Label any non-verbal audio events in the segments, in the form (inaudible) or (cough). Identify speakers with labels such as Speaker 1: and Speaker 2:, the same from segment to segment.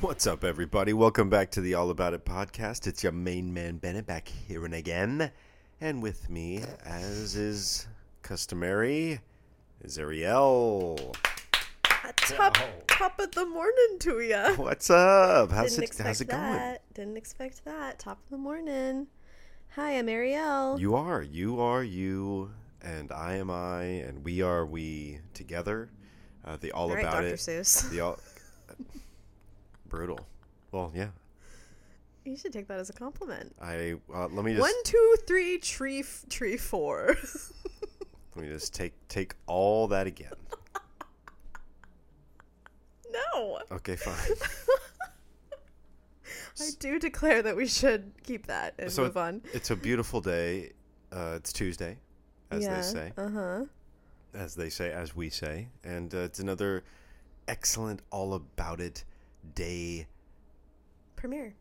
Speaker 1: What's up, everybody? Welcome back to the All About It podcast. It's your main man Bennett back here and again, and with me, as is customary, is Ariel.
Speaker 2: top top of the morning to ya.
Speaker 1: What's up? Oh. How's
Speaker 2: Didn't
Speaker 1: it?
Speaker 2: expect
Speaker 1: How's it going?
Speaker 2: that. Didn't expect that. Top of the morning. Hi, I'm Ariel.
Speaker 1: You are, you are, you, and I am I, and we are we together. Uh, the All
Speaker 2: All right,
Speaker 1: About
Speaker 2: Dr.
Speaker 1: It.
Speaker 2: Seuss. (laughs)
Speaker 1: The all brutal. Well, yeah.
Speaker 2: You should take that as a compliment.
Speaker 1: I uh, let me just
Speaker 2: One, two, three, tree, f- tree, four. (laughs)
Speaker 1: let me just take take all that again.
Speaker 2: no,
Speaker 1: Okay, fine.
Speaker 2: I do declare that we should keep that and
Speaker 1: So
Speaker 2: move on.
Speaker 1: it's a beautiful day. Uh, it's Tuesday, as they say,
Speaker 2: Uh huh.
Speaker 1: as they say, as we say, and uh, it's another excellent all about it day
Speaker 2: Premiere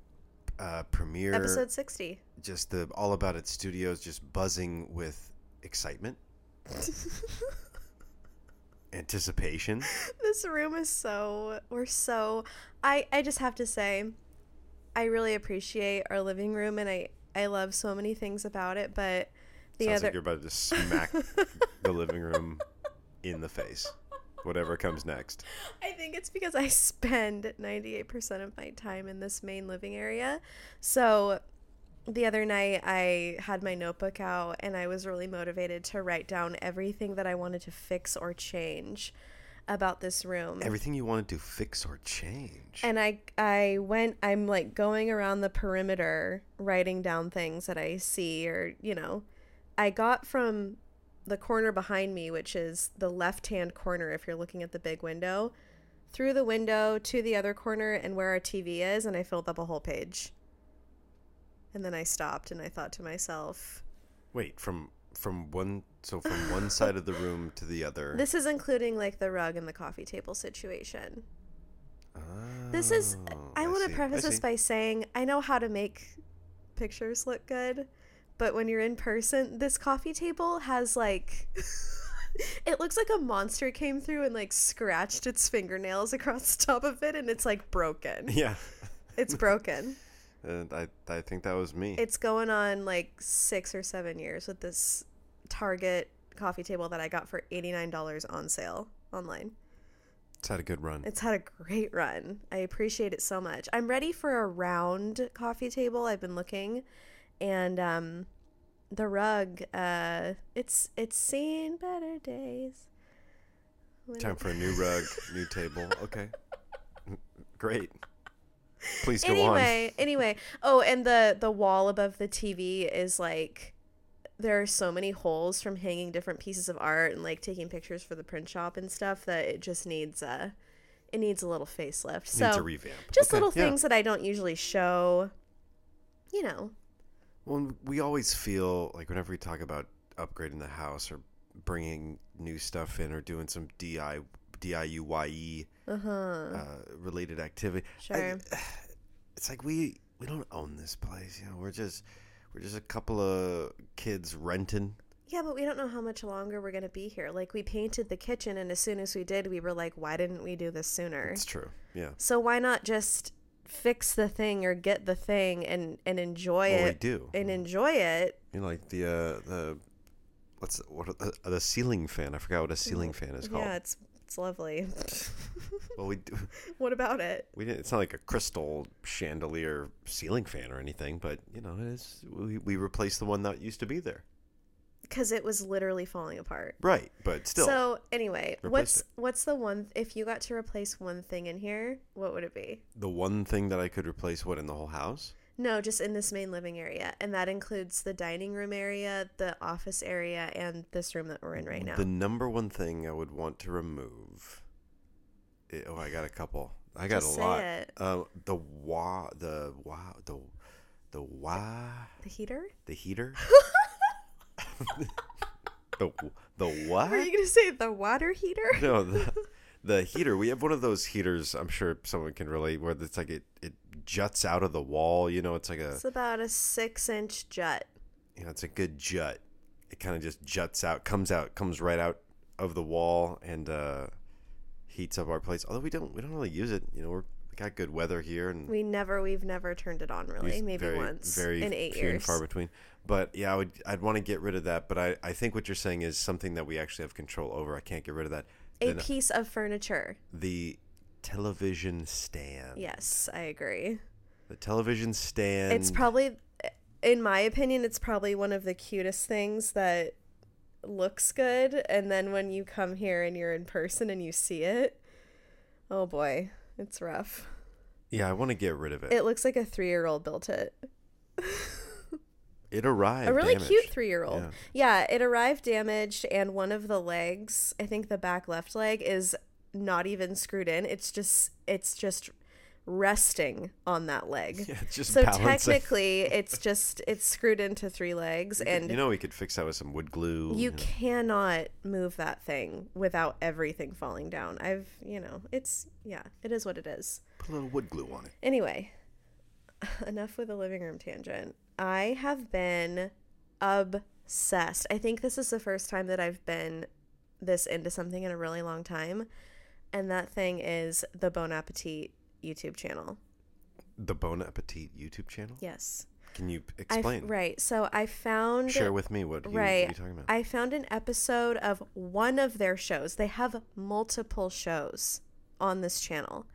Speaker 1: uh, premiere.
Speaker 2: episode sixty.
Speaker 1: Just the all about it studios just buzzing with excitement, anticipation.
Speaker 2: this room is so we're so i i just have to say i really appreciate our living room and i i love so many things about it but the
Speaker 1: Sounds like
Speaker 2: other
Speaker 1: you're about to smack the living room in the face. Whatever comes next.
Speaker 2: i think it's because i (laughs) spend 98% of my time in this main living area so the other night i had my notebook out and i was really motivated to write down everything that i wanted to fix or change about this room
Speaker 1: Everything you wanted to fix or change.
Speaker 2: and I I went I'm like going around the perimeter writing down things that I see or you know I got from the corner behind me which is the left hand corner if you're looking at the big window through the window to the other corner and where our TV is and I filled up a whole page and then I stopped and I thought to myself
Speaker 1: Wait, from from one so from one
Speaker 2: (laughs)
Speaker 1: side of the room to the other.
Speaker 2: this is including like the rug and the coffee table situation This is.
Speaker 1: Oh,
Speaker 2: I, want
Speaker 1: see,
Speaker 2: to preface this
Speaker 1: see.
Speaker 2: by saying I know how to make pictures look good, but when you're in person, this coffee table has like. (laughs) it looks like a monster came through and like scratched its fingernails across the top of it, and it's
Speaker 1: (laughs)
Speaker 2: like broken.
Speaker 1: (laughs) yeah.
Speaker 2: It's broken.
Speaker 1: And I I think that was me.
Speaker 2: it's going on like six or seven years with this Target coffee table that I got for $89 on sale online.
Speaker 1: It's had a good run.
Speaker 2: It's had a great run. I appreciate it so much. I'm ready for a round coffee table. I've been looking, and um, the rug. Uh, it's it's seen better days. When
Speaker 1: Time
Speaker 2: it-
Speaker 1: for a new rug, new table. Okay. (laughs) Great. Please go on.
Speaker 2: anyway, anyway. Oh, and the the wall above the TV is like there are so many holes from hanging different pieces of art and like taking pictures for the print shop and stuff that it just needs a it needs a little facelift. So
Speaker 1: Needs a revamp.
Speaker 2: just
Speaker 1: Okay,
Speaker 2: little
Speaker 1: yeah.
Speaker 2: things that I don't usually show. You know,
Speaker 1: Well, we always feel like whenever we talk about upgrading the house or bringing new stuff in or doing some DI DIY
Speaker 2: uh-huh.
Speaker 1: E, uh, related activity. I-
Speaker 2: Sure.
Speaker 1: (sighs) it's like we we don't own this place, you know. We're just we're just a couple of kids renting.
Speaker 2: yeah, but we don't know how much longer we're gonna be here. Like we painted the kitchen, and as soon as we did, we were like, "Why didn't we do this sooner?"
Speaker 1: It's true. Yeah.
Speaker 2: So why not just fix the thing or get the thing and and enjoy
Speaker 1: Well, we
Speaker 2: it
Speaker 1: do.
Speaker 2: and enjoy it?
Speaker 1: You know, like the uh, the what's the- what are the, uh, the ceiling fan? I forgot what a ceiling fan is called.
Speaker 2: Mm-hmm. Yeah, it's it's lovely. (laughs)
Speaker 1: Well, we do,
Speaker 2: what about it?
Speaker 1: we didn't, it's not like a crystal chandelier ceiling fan or anything, but you know, it is we we replaced the one that used to be there.
Speaker 2: Because it was literally falling apart.
Speaker 1: Right, but still.
Speaker 2: So anyway,
Speaker 1: Replace
Speaker 2: what's
Speaker 1: it.
Speaker 2: what's the one? If you got to replace one thing in here, what would it be?
Speaker 1: the one thing that I could replace what in the whole house?
Speaker 2: No, just in this main living area, and that includes the dining room area, the office area, and this room that we're in right now.
Speaker 1: The number one thing I would want to remove. i- oh, I got a couple. I got
Speaker 2: Just
Speaker 1: a
Speaker 2: say
Speaker 1: lot.
Speaker 2: it.
Speaker 1: Uh, the wa, the wa, the the wa,
Speaker 2: The heater?
Speaker 1: the
Speaker 2: (laughs)
Speaker 1: heater. (laughs) the w- the
Speaker 2: Were
Speaker 1: what?
Speaker 2: you gonna say the water heater?
Speaker 1: (laughs) No, the, the heater. We have one of those heaters. I'm sure someone can relate. Where it's like it it juts out of the wall. You know, it's like a
Speaker 2: It's about a six-inch jut.
Speaker 1: you know, it's a good jut. It kind of just juts out, comes out, comes right out of the wall, and uh, heats up our place. Although we don't, we don't really use it. You know, we're We got good weather here, and
Speaker 2: We never, we've never turned it on really.
Speaker 1: It's
Speaker 2: Maybe
Speaker 1: very-
Speaker 2: once
Speaker 1: very
Speaker 2: in eight
Speaker 1: few and
Speaker 2: years.
Speaker 1: far between. But yeah, I would, I'd want to get rid of that. But I, I think what you're saying is something that we actually have control over. I can't get rid of that.
Speaker 2: A
Speaker 1: Then
Speaker 2: piece of furniture.
Speaker 1: the television stand.
Speaker 2: Yes, I agree.
Speaker 1: The television stand.
Speaker 2: it's probably, in my opinion, it's probably one of the cutest things that looks good. And then when you come here and you're in person and you see it, oh boy, it's rough.
Speaker 1: yeah, I want to get rid of it. It,
Speaker 2: It looks like a three year old built it.
Speaker 1: arrived.
Speaker 2: a really cute
Speaker 1: (laughs) damaged.
Speaker 2: three year old.
Speaker 1: Yeah.
Speaker 2: Yeah, it arrived damaged, and one of the legs, I think the back left leg, is not even screwed in. It's just it's just resting on that leg.
Speaker 1: Yeah, it's just
Speaker 2: so
Speaker 1: balancing. (laughs)
Speaker 2: technically, it's just it's screwed into three legs, and
Speaker 1: you know, we could fix that with some wood glue.
Speaker 2: you
Speaker 1: know.
Speaker 2: cannot move that thing without everything falling down. I've you know it's yeah, it is what it is.
Speaker 1: put a little wood glue on it.
Speaker 2: Anyway, (laughs) enough with the living room tangent. I have been obsessed. I think this is the first time that I've been this into something in a really long time. And that thing is the Bon Appetit YouTube channel.
Speaker 1: The Bon Appetit YouTube channel.
Speaker 2: Yes.
Speaker 1: Can you
Speaker 2: I f-
Speaker 1: explain?
Speaker 2: right. So I found
Speaker 1: Share with me what you, what
Speaker 2: Right.
Speaker 1: you talking about.
Speaker 2: I found an episode of one of their shows. They have multiple shows on this channel.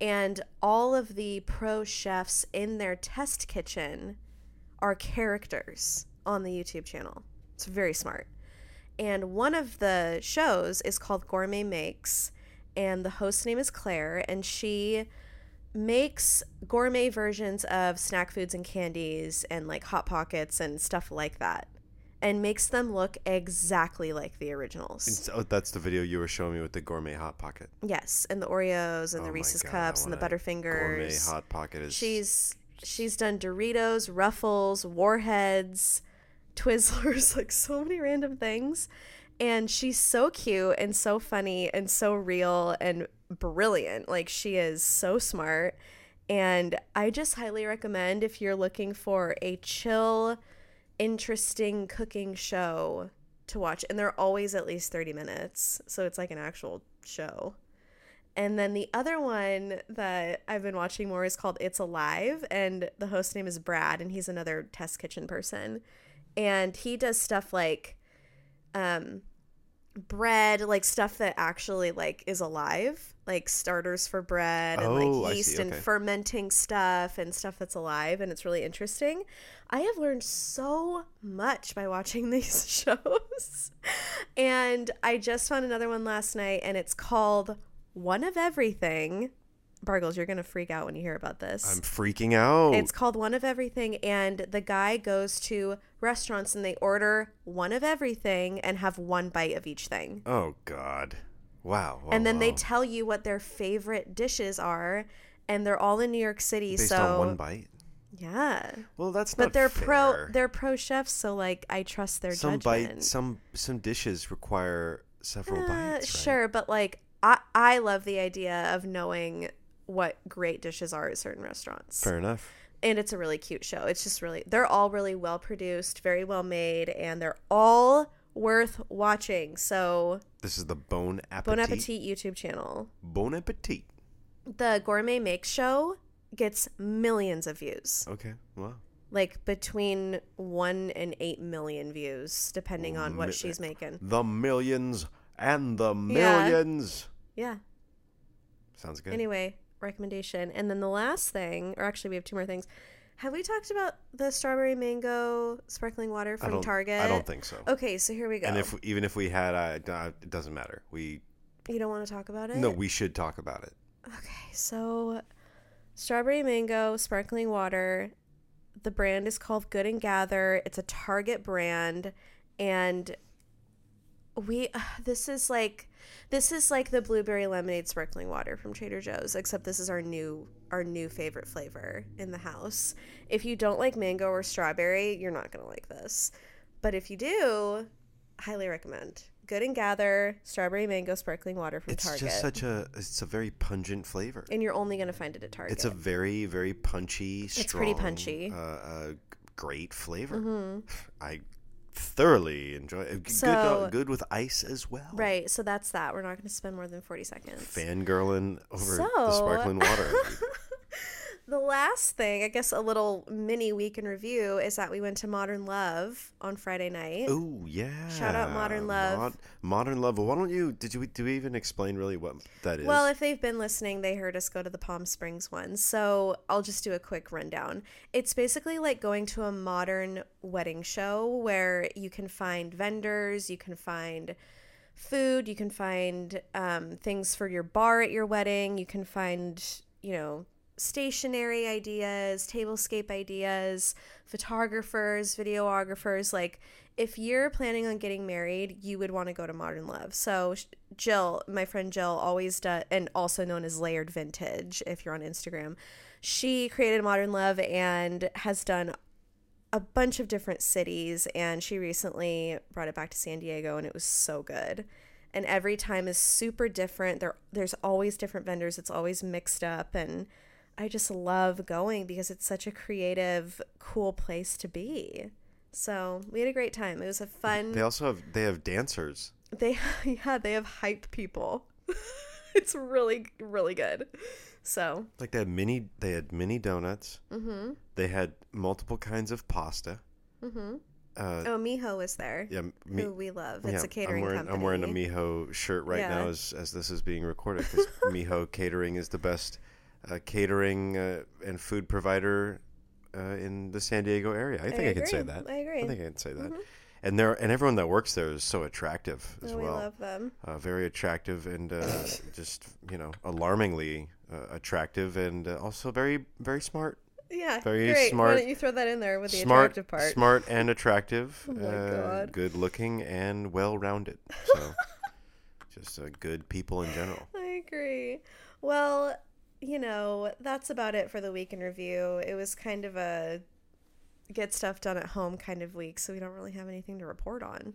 Speaker 2: And all of the pro chefs in their test kitchen are characters on the YouTube channel. It's very smart. And one of the shows is called Gourmet Makes, and the host name is Claire, and she makes gourmet versions of snack foods and candies and like hot pockets and stuff like that and makes them look exactly like the originals.
Speaker 1: It's- oh, that's the video you were showing me with the gourmet hot pocket.
Speaker 2: Yes, and the Oreos and
Speaker 1: Oh my
Speaker 2: the Reese's
Speaker 1: God, I
Speaker 2: cups and the
Speaker 1: wanna- Gourmet
Speaker 2: Butterfingers.
Speaker 1: hot pocket is.
Speaker 2: She's she's done Doritos, Ruffles, Warheads, (laughs) Twizzlers, (laughs) like so many random things. And she's so cute and so funny and so real and brilliant. Like she is so smart. And I just highly recommend if you're looking for a chill, interesting cooking show to watch. And they're always at least 30 minutes. So it's like an actual show. And then the other one that I've been watching more is called It's Alive, and the host name is Brad, and he's another test kitchen person. And he does stuff like um bread, like stuff that actually like is alive, like starters for bread and
Speaker 1: Oh, I
Speaker 2: like
Speaker 1: see,
Speaker 2: yeast and
Speaker 1: okay.
Speaker 2: fermenting stuff and stuff that's alive and it's really interesting. I have learned so much by watching (laughs) these shows. And I just found another one last night, and it's called One of Everything. Bargles, you're going to freak out when you hear about this.
Speaker 1: I'm freaking out.
Speaker 2: It's called One of Everything, and the guy goes to restaurants and they order one of everything and have one bite of each thing.
Speaker 1: oh God. Wow. wow,
Speaker 2: and then they
Speaker 1: wow.
Speaker 2: tell you what their favorite dishes are, and they're all in New York City.
Speaker 1: based
Speaker 2: so,
Speaker 1: on one bite.
Speaker 2: yeah.
Speaker 1: Well, that's
Speaker 2: But
Speaker 1: not
Speaker 2: they're
Speaker 1: fair.
Speaker 2: pro they're pro chefs, so like I trust their
Speaker 1: some
Speaker 2: judgment.
Speaker 1: bite some some dishes require several
Speaker 2: Uh,
Speaker 1: bites. right?
Speaker 2: Sure, but like I I love the idea of knowing what great dishes are at certain restaurants.
Speaker 1: Fair enough.
Speaker 2: And it's a really cute show. It's just really they're all really well produced, very well made, and they're all worth watching. So
Speaker 1: This is the Bon Appetit.
Speaker 2: Bon Appetit YouTube channel.
Speaker 1: Bon Appetit.
Speaker 2: The Gourmet Make Show gets millions of views.
Speaker 1: Okay. Wow.
Speaker 2: Like between one and eight million views, depending on what she's making.
Speaker 1: The millions and the millions.
Speaker 2: Yeah.
Speaker 1: Sounds good.
Speaker 2: Anyway, recommendation. And then the last thing, or actually, we have two more things. Have we talked about the strawberry mango sparkling water
Speaker 1: I
Speaker 2: from
Speaker 1: don't,
Speaker 2: Target?
Speaker 1: I don't think so.
Speaker 2: Okay, so here we go.
Speaker 1: And if even if we had, I, I- it doesn't matter. We
Speaker 2: you don't want to talk about it?
Speaker 1: no, we should talk about it.
Speaker 2: Okay, so strawberry mango sparkling water. The brand is called Good and Gather. It's a Target brand, and we (sighs) this is like this is like the blueberry lemonade sparkling water from Trader Joe's, except this is our new our new favorite flavor in the house. If you don't like mango or strawberry, you're not gonna like this. But if you do, highly recommend. Good and Gather strawberry mango sparkling water from
Speaker 1: It's
Speaker 2: Target
Speaker 1: just such a it's a very pungent flavor.
Speaker 2: and you're only gonna find it at Target.
Speaker 1: It's a very very punchy. Strong,
Speaker 2: pretty punchy.
Speaker 1: Uh, uh, great flavor. I thoroughly enjoy. Good,
Speaker 2: Mm-hmm. So-
Speaker 1: good with ice as well.
Speaker 2: Right. So that's that. We're not going to spend more than 40 seconds.
Speaker 1: Fangirling over the
Speaker 2: So-
Speaker 1: sparkling
Speaker 2: (laughs)
Speaker 1: water.
Speaker 2: The last thing, I guess a little mini week in review, is that we went to Modern Love on Friday night.
Speaker 1: Ooh, yeah.
Speaker 2: Shout out Modern Love.
Speaker 1: Oh, Modern Love. Why don't you? Did you? Do we even explain really what that is?
Speaker 2: Well, if they've been listening, they heard us go to the Palm Springs one. So I'll just do a quick rundown. It's basically like going to a modern wedding show where you can find vendors, you can find food, you can find um, things for your bar at your wedding, you can find, you know, stationary ideas, tablescape ideas, photographers, videographers. Like, if you're planning on getting married, you would want to go to Modern Love. So, sh- Jill, my friend Jill, always does, and also known as Layered Vintage, if you're on Instagram, she created Modern Love and has done a bunch of different cities and she recently brought it back to San Diego and it was so good. And every time is super different. There there's always different vendors. It's always mixed up and I just love going because it's such a creative, cool place to be. So, we had a great time. It was a fun
Speaker 1: they also have they have dancers.
Speaker 2: (laughs) they yeah, they have hype people. (laughs) it's really really good. So,
Speaker 1: Like they had mini. They had mini donuts. Mm-hmm. They had multiple kinds of pasta. Mm-hmm. Uh,
Speaker 2: oh, Miho was there.
Speaker 1: yeah, me,
Speaker 2: who we love. It's
Speaker 1: yeah,
Speaker 2: a catering
Speaker 1: I'm wearing,
Speaker 2: company.
Speaker 1: I'm wearing a Miho shirt right now
Speaker 2: Yeah.
Speaker 1: as as this is being recorded
Speaker 2: (laughs)
Speaker 1: because Miho Catering is the best uh, catering uh, and food provider uh, in the San Diego area. I think I, can say
Speaker 2: agree.
Speaker 1: that.
Speaker 2: I agree.
Speaker 1: I think I can say that. And there and everyone that works there is so attractive as
Speaker 2: Mm-hmm. Oh, we
Speaker 1: well.
Speaker 2: love them.
Speaker 1: uh, very attractive and
Speaker 2: (coughs)
Speaker 1: uh, just you know alarmingly uh, attractive and uh, also very very smart
Speaker 2: Yeah.
Speaker 1: Very
Speaker 2: great.
Speaker 1: smart-
Speaker 2: Why don't you throw that in there with the
Speaker 1: smart
Speaker 2: attractive part? Oh
Speaker 1: smart and
Speaker 2: (laughs)
Speaker 1: attractive
Speaker 2: my
Speaker 1: uh,
Speaker 2: God.
Speaker 1: good looking and well
Speaker 2: (laughs)
Speaker 1: rounded so just uh, good people in general
Speaker 2: I agree. Well, you know, that's about it for the week in review. It was kind of a get stuff done at home kind of week, so we don't really have anything to report on.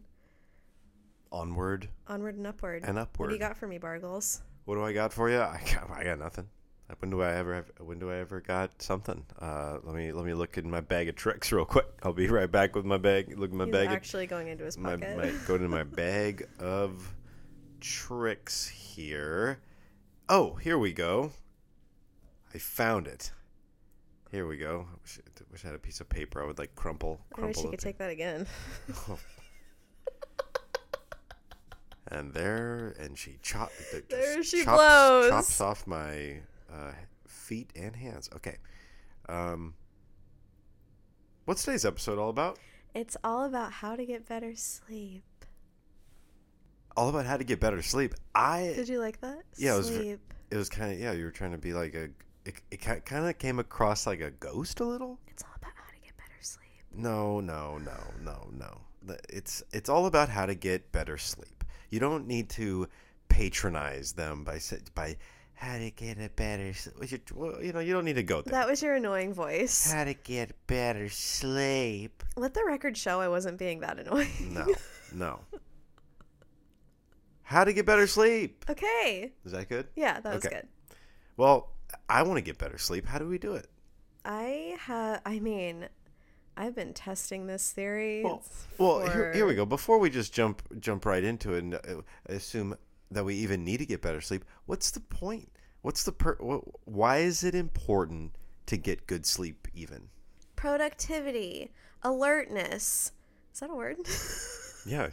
Speaker 1: onward
Speaker 2: Onward and upward.
Speaker 1: and
Speaker 2: What
Speaker 1: upward
Speaker 2: do you got for me, Bargles?
Speaker 1: What do I got for you? I got, I got nothing. When do I ever have, when do I ever got something? Uh, let me let me look in my bag of tricks real quick. I'll be right back with my bag. Look at my
Speaker 2: He's
Speaker 1: bag.
Speaker 2: actually going into his
Speaker 1: Of, my,
Speaker 2: pocket.
Speaker 1: my go to my bag of tricks here. Oh, here we go. I found it. Here we go. I wish, I wish I had a piece of paper. I would like crumple
Speaker 2: I wish
Speaker 1: crumple
Speaker 2: you
Speaker 1: the
Speaker 2: could take that again.
Speaker 1: (laughs) and there and she chop the- just
Speaker 2: There she
Speaker 1: chops,
Speaker 2: blows.
Speaker 1: chops off my uh, feet and hands okay um what's today's episode all about
Speaker 2: It's all about how to get better sleep.
Speaker 1: all about how to get better sleep i
Speaker 2: Did you like that?
Speaker 1: Yeah, it was ver-
Speaker 2: sleep.
Speaker 1: it was kind of yeah you were trying to be like a it, it kind of came across like a ghost a little
Speaker 2: It's all about how to get better sleep.
Speaker 1: No, no, no, no, no. The- It's it's all about how to get better sleep. You don't need to patronize them by sa- by how to get a better. s- what you- well, You know, you don't need to go there.
Speaker 2: That was your annoying voice.
Speaker 1: How to get better sleep.
Speaker 2: Let the record show I wasn't being that annoying. (laughs)
Speaker 1: No, no. How to get better sleep.
Speaker 2: Okay.
Speaker 1: Is that good?
Speaker 2: Yeah, that was
Speaker 1: Okay.
Speaker 2: good.
Speaker 1: Well, I want to get better sleep. How do we do it?
Speaker 2: I have. I mean, I've been testing this theory.
Speaker 1: Well,
Speaker 2: It's
Speaker 1: well here, here
Speaker 2: for-
Speaker 1: we go. Before we just jump jump right into it and uh, assume that we even need to get better sleep, what's the point? What's the per- wh- why is it important to get good sleep even?
Speaker 2: Productivity, alertness. Is that a word? (laughs)
Speaker 1: Yeah.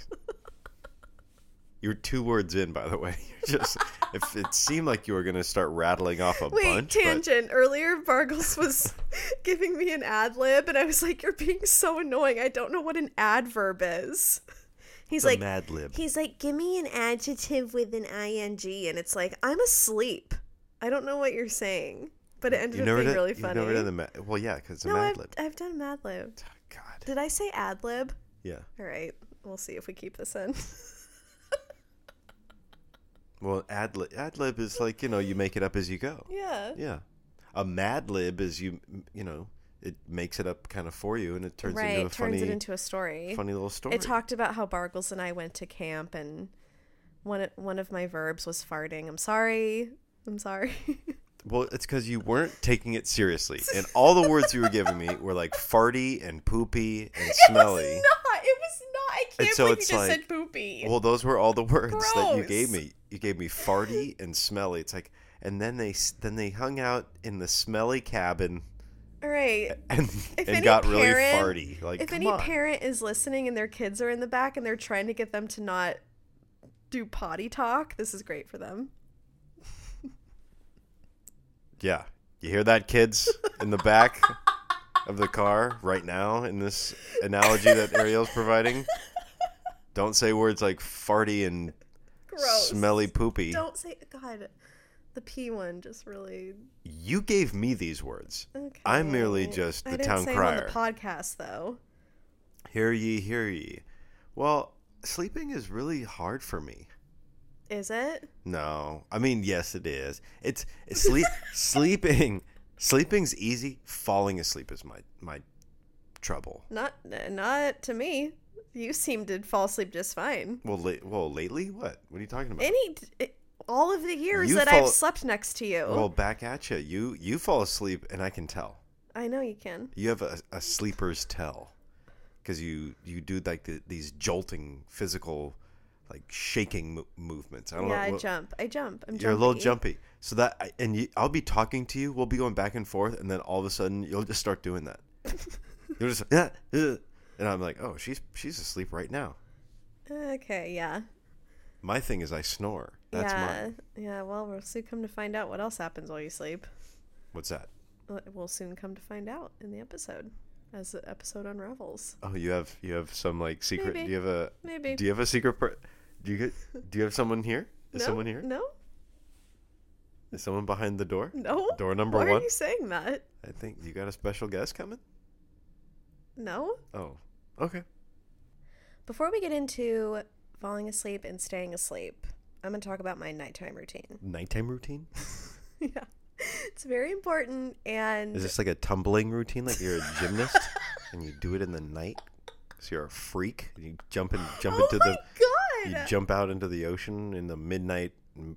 Speaker 1: (laughs) You're two words in, by the way. (laughs) You're just if it seemed like you were gonna start rattling off a
Speaker 2: Wait,
Speaker 1: bunch, but
Speaker 2: tangent. Earlier, Bargles was (laughs) giving me an ad lib, and I was like, "You're being so annoying. I don't know what an adverb is." (laughs) He's
Speaker 1: the
Speaker 2: like,
Speaker 1: Mad Lib.
Speaker 2: He's like, give me an adjective with an ing, and it's like, I'm asleep. I don't know what you're saying, but it ended
Speaker 1: You
Speaker 2: up
Speaker 1: never
Speaker 2: being
Speaker 1: done,
Speaker 2: really
Speaker 1: you've
Speaker 2: funny.
Speaker 1: never done the ma- well, yeah, because it's a
Speaker 2: no,
Speaker 1: Mad
Speaker 2: I've, (laughs)
Speaker 1: Lib.
Speaker 2: I've done Mad Lib.
Speaker 1: God,
Speaker 2: Did I say ad lib?
Speaker 1: yeah.
Speaker 2: All right, we'll see if we keep this in. (laughs)
Speaker 1: Well, ad lib, ad lib is like you know you make it up as you go.
Speaker 2: yeah.
Speaker 1: Yeah. A Mad Lib is you you know it makes it up kind of for you and it turns
Speaker 2: right,
Speaker 1: into a
Speaker 2: turns
Speaker 1: funny
Speaker 2: it into a story.
Speaker 1: funny little story.
Speaker 2: It talked about how Bargles and I went to camp, and one of- one of my verbs was farting. I'm sorry. I'm sorry. (laughs)
Speaker 1: well, it's because you weren't taking it seriously, and
Speaker 2: (laughs)
Speaker 1: all the words you were giving me were like farty and poopy and smelly.
Speaker 2: Not. It was can't
Speaker 1: so
Speaker 2: believe you
Speaker 1: it's
Speaker 2: just
Speaker 1: like-
Speaker 2: said poopy.
Speaker 1: Well, those were all the words that you gave
Speaker 2: Gross.
Speaker 1: me. You gave me farty and smelly. It's like, and then they s- then they hung out in the smelly cabin
Speaker 2: All right.
Speaker 1: and
Speaker 2: If
Speaker 1: and
Speaker 2: any
Speaker 1: got
Speaker 2: parent-
Speaker 1: really farty. eh, Like,
Speaker 2: if
Speaker 1: come
Speaker 2: any
Speaker 1: on.
Speaker 2: parent is listening and their kids are in the back and they're trying to get them to not do potty talk, this is great for them.
Speaker 1: yeah, you hear that, kids in the back of the car right now in this analogy that Ariel's providing. Don't say words like farty and
Speaker 2: Gross.
Speaker 1: smelly poopy.
Speaker 2: Don't say God. The P one just really.
Speaker 1: You gave me these words.
Speaker 2: Okay.
Speaker 1: I'm merely just
Speaker 2: I
Speaker 1: the
Speaker 2: didn't
Speaker 1: town
Speaker 2: say
Speaker 1: crier.
Speaker 2: It on the podcast though.
Speaker 1: Hear ye, hear ye. Well, sleeping is really hard for me.
Speaker 2: Is it?
Speaker 1: No, I mean yes, it is. It's, it's
Speaker 2: (laughs)
Speaker 1: sleep sleeping. Sleeping's easy. Falling asleep is my my trouble.
Speaker 2: Not not to me. You seem to fall asleep just fine.
Speaker 1: Well, la- well, lately, what? What are you talking about?
Speaker 2: Any all of the years
Speaker 1: You
Speaker 2: that
Speaker 1: fall-
Speaker 2: I've slept next to you.
Speaker 1: well, back at you. You you fall asleep, and I can tell.
Speaker 2: I know you can.
Speaker 1: You have a, a sleeper's tell, because you you do like the, these jolting physical, like shaking mo- movements. I don't
Speaker 2: Yeah,
Speaker 1: know.
Speaker 2: I
Speaker 1: what-
Speaker 2: jump. I jump. I'm
Speaker 1: You're a little
Speaker 2: jumpy.
Speaker 1: jumpy. So that I- and you, I'll be talking to you. We'll be going back and forth, and then all of a sudden you'll just start doing
Speaker 2: (laughs)
Speaker 1: that. You're just "Yeah, uh," and I'm like, oh, she's she's asleep right now.
Speaker 2: Okay, yeah.
Speaker 1: My thing is I snore. That's
Speaker 2: yeah.
Speaker 1: mine.
Speaker 2: Yeah, well, we'll soon come to find out what else happens while you sleep.
Speaker 1: What's that?
Speaker 2: Uh, We'll soon come to find out in the episode as the episode unravels.
Speaker 1: Oh, you have you have some like secret.
Speaker 2: Maybe.
Speaker 1: Do you have a
Speaker 2: Maybe.
Speaker 1: do you have a secret? Per- do you get, do you have someone here? Is
Speaker 2: no?
Speaker 1: someone here? Is
Speaker 2: No?
Speaker 1: someone behind the door?
Speaker 2: No?
Speaker 1: Door number
Speaker 2: Why
Speaker 1: one?
Speaker 2: are you saying that?
Speaker 1: I think you got a special guest coming.
Speaker 2: No?
Speaker 1: Oh, okay.
Speaker 2: Before we get into falling asleep and staying asleep, I'm going to talk about my nighttime routine.
Speaker 1: Nighttime routine.
Speaker 2: (laughs) yeah. (laughs) It's very important and
Speaker 1: Is this like a tumbling routine? Like you're a gymnast and you do it in the night? So you're a freak. and You jump and jump
Speaker 2: Oh
Speaker 1: into
Speaker 2: my
Speaker 1: the
Speaker 2: god.
Speaker 1: you jump out into the ocean in the midnight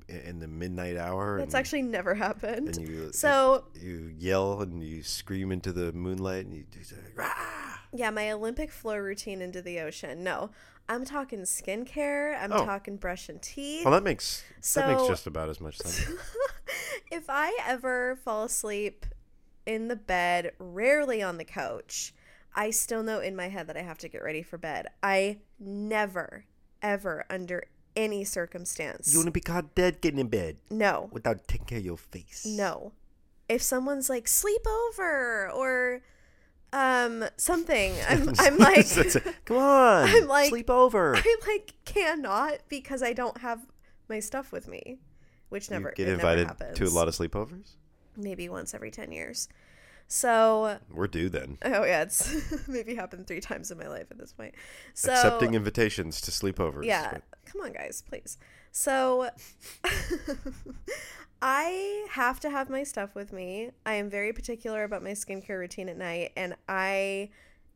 Speaker 1: in the midnight hour.
Speaker 2: That's
Speaker 1: and,
Speaker 2: actually never happened.
Speaker 1: and you
Speaker 2: so,
Speaker 1: you yell and you scream into the moonlight and you just rah!
Speaker 2: Yeah, my Olympic floor routine into the ocean. No, I'm talking skincare. I'm
Speaker 1: Oh.
Speaker 2: talking brush and teeth.
Speaker 1: Well, that makes that makes
Speaker 2: So-
Speaker 1: just about as much sense.
Speaker 2: (laughs) if I ever fall asleep in the bed, rarely on the couch, I still know in my head that I have to get ready for bed. I never, ever, under any circumstance,
Speaker 1: You want to be caught dead getting in bed
Speaker 2: no,
Speaker 1: without taking care of your face. (laughs)
Speaker 2: No. If someone's like sleep over or um
Speaker 1: (laughs)
Speaker 2: something, I'm I'm like
Speaker 1: come on,
Speaker 2: I'm like-
Speaker 1: sleep over.
Speaker 2: (laughs) I like cannot because I don't have my stuff with me, which never
Speaker 1: you get
Speaker 2: it
Speaker 1: invited
Speaker 2: never happens.
Speaker 1: to a lot of sleepovers.
Speaker 2: Maybe once every ten years. So
Speaker 1: We're due then.
Speaker 2: oh yeah, it's (laughs) maybe happened three times in my life at this point. So
Speaker 1: accepting invitations to sleepovers.
Speaker 2: yeah,
Speaker 1: but-
Speaker 2: come on guys, please. So (laughs) I have to have my stuff with me. I am very particular about my skincare routine at night, and I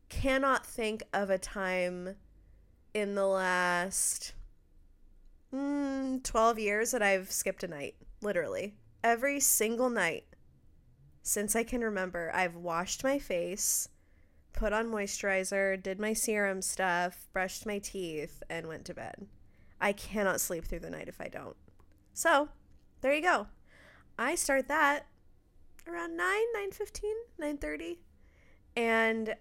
Speaker 2: cannot think of a time in the last mm, 12 years that I've skipped a night, literally. Every single night since I can remember, I've washed my face, put on moisturizer, did my serum stuff, brushed my teeth, and went to bed. I cannot sleep through the night if I don't. So, there you go. I start that around 9, 9.15, 9.30. And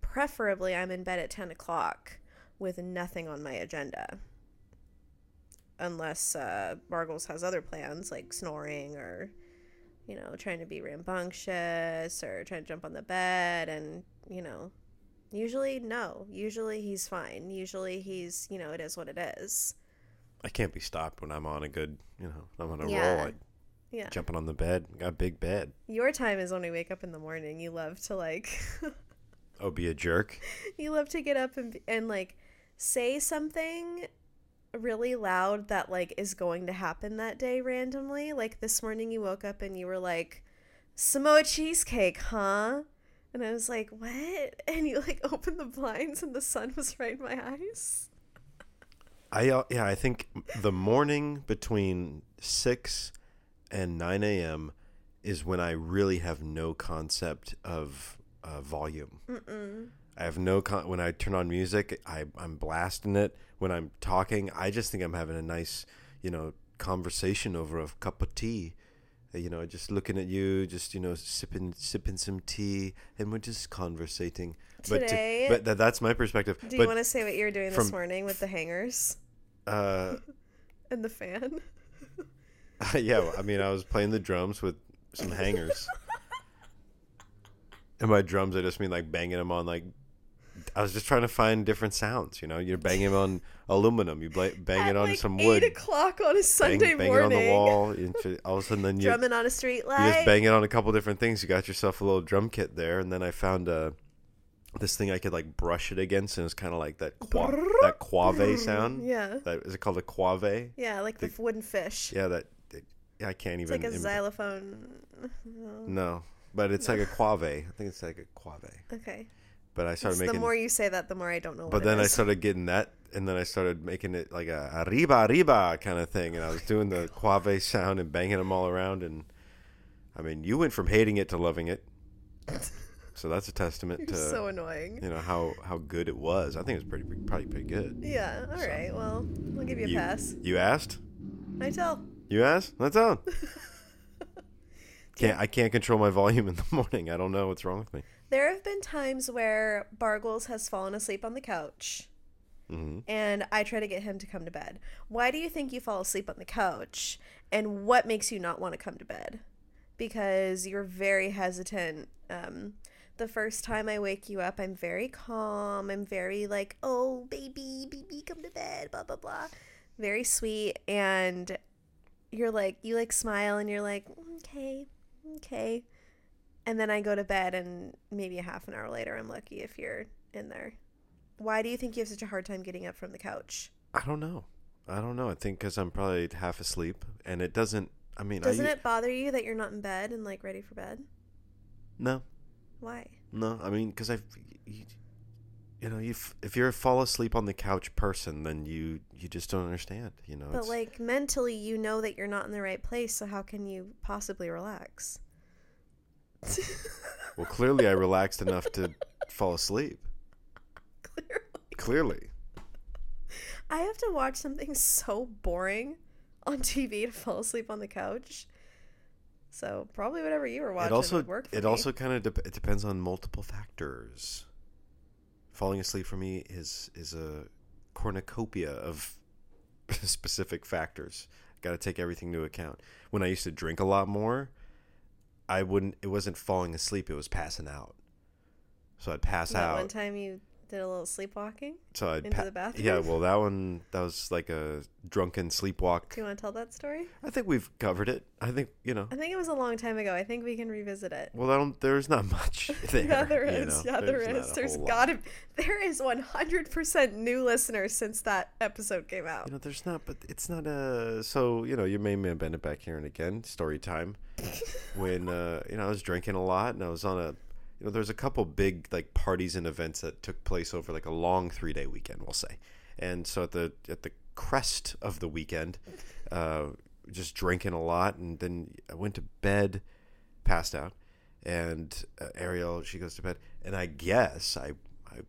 Speaker 2: preferably I'm in bed at 10 o'clock with nothing on my agenda. Unless uh, Margles has other plans like snoring or, you know, trying to be rambunctious or trying to jump on the bed and, you know, usually no. Usually he's fine. Usually he's, you know, it is what it is.
Speaker 1: I can't be stopped when I'm on a good, you know, I'm on a roll.
Speaker 2: Yeah.
Speaker 1: Like
Speaker 2: Yeah.
Speaker 1: jumping on the bed, got a big bed.
Speaker 2: Your time is when we wake up in the morning. You love to like, (laughs)
Speaker 1: Oh, be a jerk.
Speaker 2: you love to get up and and like say something really loud that like is going to happen that day randomly. Like this morning, you woke up and you were like, Samoa cheesecake, huh? And I was like, what? (laughs) And you like opened the blinds and the sun was right in my eyes.
Speaker 1: I uh, yeah, I think the morning between six and nine a.m. is when I really have no concept of uh, volume.
Speaker 2: Mm mm.
Speaker 1: I have no con- when I turn on music, I, I'm blasting it. When I'm talking, I just think I'm having a nice, you know, conversation over a cup of tea. Uh, You know, just looking at you, just you know, sipping sipping some tea, and we're just conversating.
Speaker 2: Today-
Speaker 1: but, to, but tha- that's my perspective.
Speaker 2: Do you
Speaker 1: but
Speaker 2: want to say what you were doing this
Speaker 1: from-
Speaker 2: morning with the hangers
Speaker 1: uh,
Speaker 2: and
Speaker 1: (laughs)
Speaker 2: the fan?
Speaker 1: yeah, well, I mean, I was playing the drums with some hangers. and by drums, I just mean like banging them on like. I was just trying to find different sounds. You know, you're banging on aluminum, you bla- bang
Speaker 2: At
Speaker 1: it on
Speaker 2: like
Speaker 1: some
Speaker 2: Eight
Speaker 1: wood,
Speaker 2: o'clock on a
Speaker 1: bang,
Speaker 2: Sunday
Speaker 1: bang it on
Speaker 2: morning.
Speaker 1: the wall. and f- All of a sudden, then you
Speaker 2: Drumming on a street
Speaker 1: you just
Speaker 2: light.
Speaker 1: bang it on a couple different things. You got yourself a little drum kit there, and then I found uh this thing I could like brush it against, and it's kind of like that qua- that quave sound.
Speaker 2: Yeah.
Speaker 1: that, is it called a quave?
Speaker 2: Yeah, like the, wooden fish.
Speaker 1: Yeah, that it, I can't
Speaker 2: it's
Speaker 1: even.
Speaker 2: like a
Speaker 1: im-
Speaker 2: xylophone.
Speaker 1: No, but it's like a quave. I think it's like a quave.
Speaker 2: Okay.
Speaker 1: But I started
Speaker 2: So the
Speaker 1: making.
Speaker 2: more you say that, the more I don't know what
Speaker 1: but then
Speaker 2: it
Speaker 1: I
Speaker 2: is.
Speaker 1: started getting that, and then I started making it like a arriba, arriba kind of thing, and I was doing the quave sound and banging them all around, and I mean, you went from hating it to loving it. So that's a testament to
Speaker 2: (laughs) so annoying.
Speaker 1: you know how how good it was. I think it was pretty probably pretty good.
Speaker 2: Yeah, all right. Well, I'll give you a
Speaker 1: You
Speaker 2: pass.
Speaker 1: you asked,
Speaker 2: I tell.
Speaker 1: you asked. That's
Speaker 2: (laughs)
Speaker 1: on. Can't I can't control my volume in the (laughs) morning. I don't know what's wrong with me.
Speaker 2: There have been times where Bargles has fallen asleep on the couch, and I try to get him to come to bed. Why do you think you fall asleep on the couch, and what makes you not want to come to bed? Because you're very hesitant. Um, the first time I wake you up, I'm very calm. I'm very like, oh, baby, baby, come to bed, blah, blah, blah. Very sweet. And you're like, you like smile and you're like, "Mm, okay, okay. And then I go to bed, and maybe a half an hour later, I'm lucky if you're in there. Why do you think you have such a hard time getting up from the couch?
Speaker 1: I don't know. I don't know. I think because I'm probably half asleep, and it doesn't. I mean,
Speaker 2: Doesn't
Speaker 1: I,
Speaker 2: it bother you that you're not in bed and like ready for bed?
Speaker 1: No,
Speaker 2: Why?
Speaker 1: no. I mean, because I, you, you know, if if you're a fall asleep on the couch person, then you you just don't understand. You know,
Speaker 2: But
Speaker 1: it's-
Speaker 2: like mentally, you know that you're not in the right place, so how can you possibly relax? (laughs)
Speaker 1: well, clearly I relaxed enough to fall asleep.
Speaker 2: (laughs) Clearly.
Speaker 1: Clearly,
Speaker 2: I have to watch something (laughs) so boring on TV to fall asleep on the couch. So probably whatever you were watching
Speaker 1: it also
Speaker 2: would work for
Speaker 1: it
Speaker 2: me.
Speaker 1: also kind of dep it depends on multiple factors. Falling asleep for me is is a cornucopia of (laughs) specific factors. Got to take everything into account. When I used to drink a lot more, I wouldn't. It wasn't falling asleep. It was passing out. So I'd pass
Speaker 2: That
Speaker 1: out.
Speaker 2: one time you did a little sleepwalking.
Speaker 1: so I'd
Speaker 2: into the bathroom?
Speaker 1: Yeah. Well, that one that was like a drunken sleepwalk.
Speaker 2: Do you want to tell that story?
Speaker 1: I think we've covered it. I think you know.
Speaker 2: I think it was a long time ago. I think we can revisit it.
Speaker 1: Well, I don't, there's not
Speaker 2: (laughs)
Speaker 1: much there.
Speaker 2: yeah,
Speaker 1: (laughs)
Speaker 2: there
Speaker 1: you
Speaker 2: is.
Speaker 1: know?
Speaker 2: Yeah, there
Speaker 1: There's not
Speaker 2: is.
Speaker 1: a
Speaker 2: There's
Speaker 1: whole lot.
Speaker 2: gotta. There is 100% new listeners since that episode came out.
Speaker 1: You know, there's not, but it's not a. So you know, your main man Bennett back here and again story time. when uh, you know, I was drinking a lot, and I was on a. You know, there's a couple big like parties and events that took place over like a long three day weekend, we'll say. And so at the at the crest of the weekend, uh, just drinking a lot, and then I went to bed, passed out, and uh, Ariel she goes to bed, and I guess I I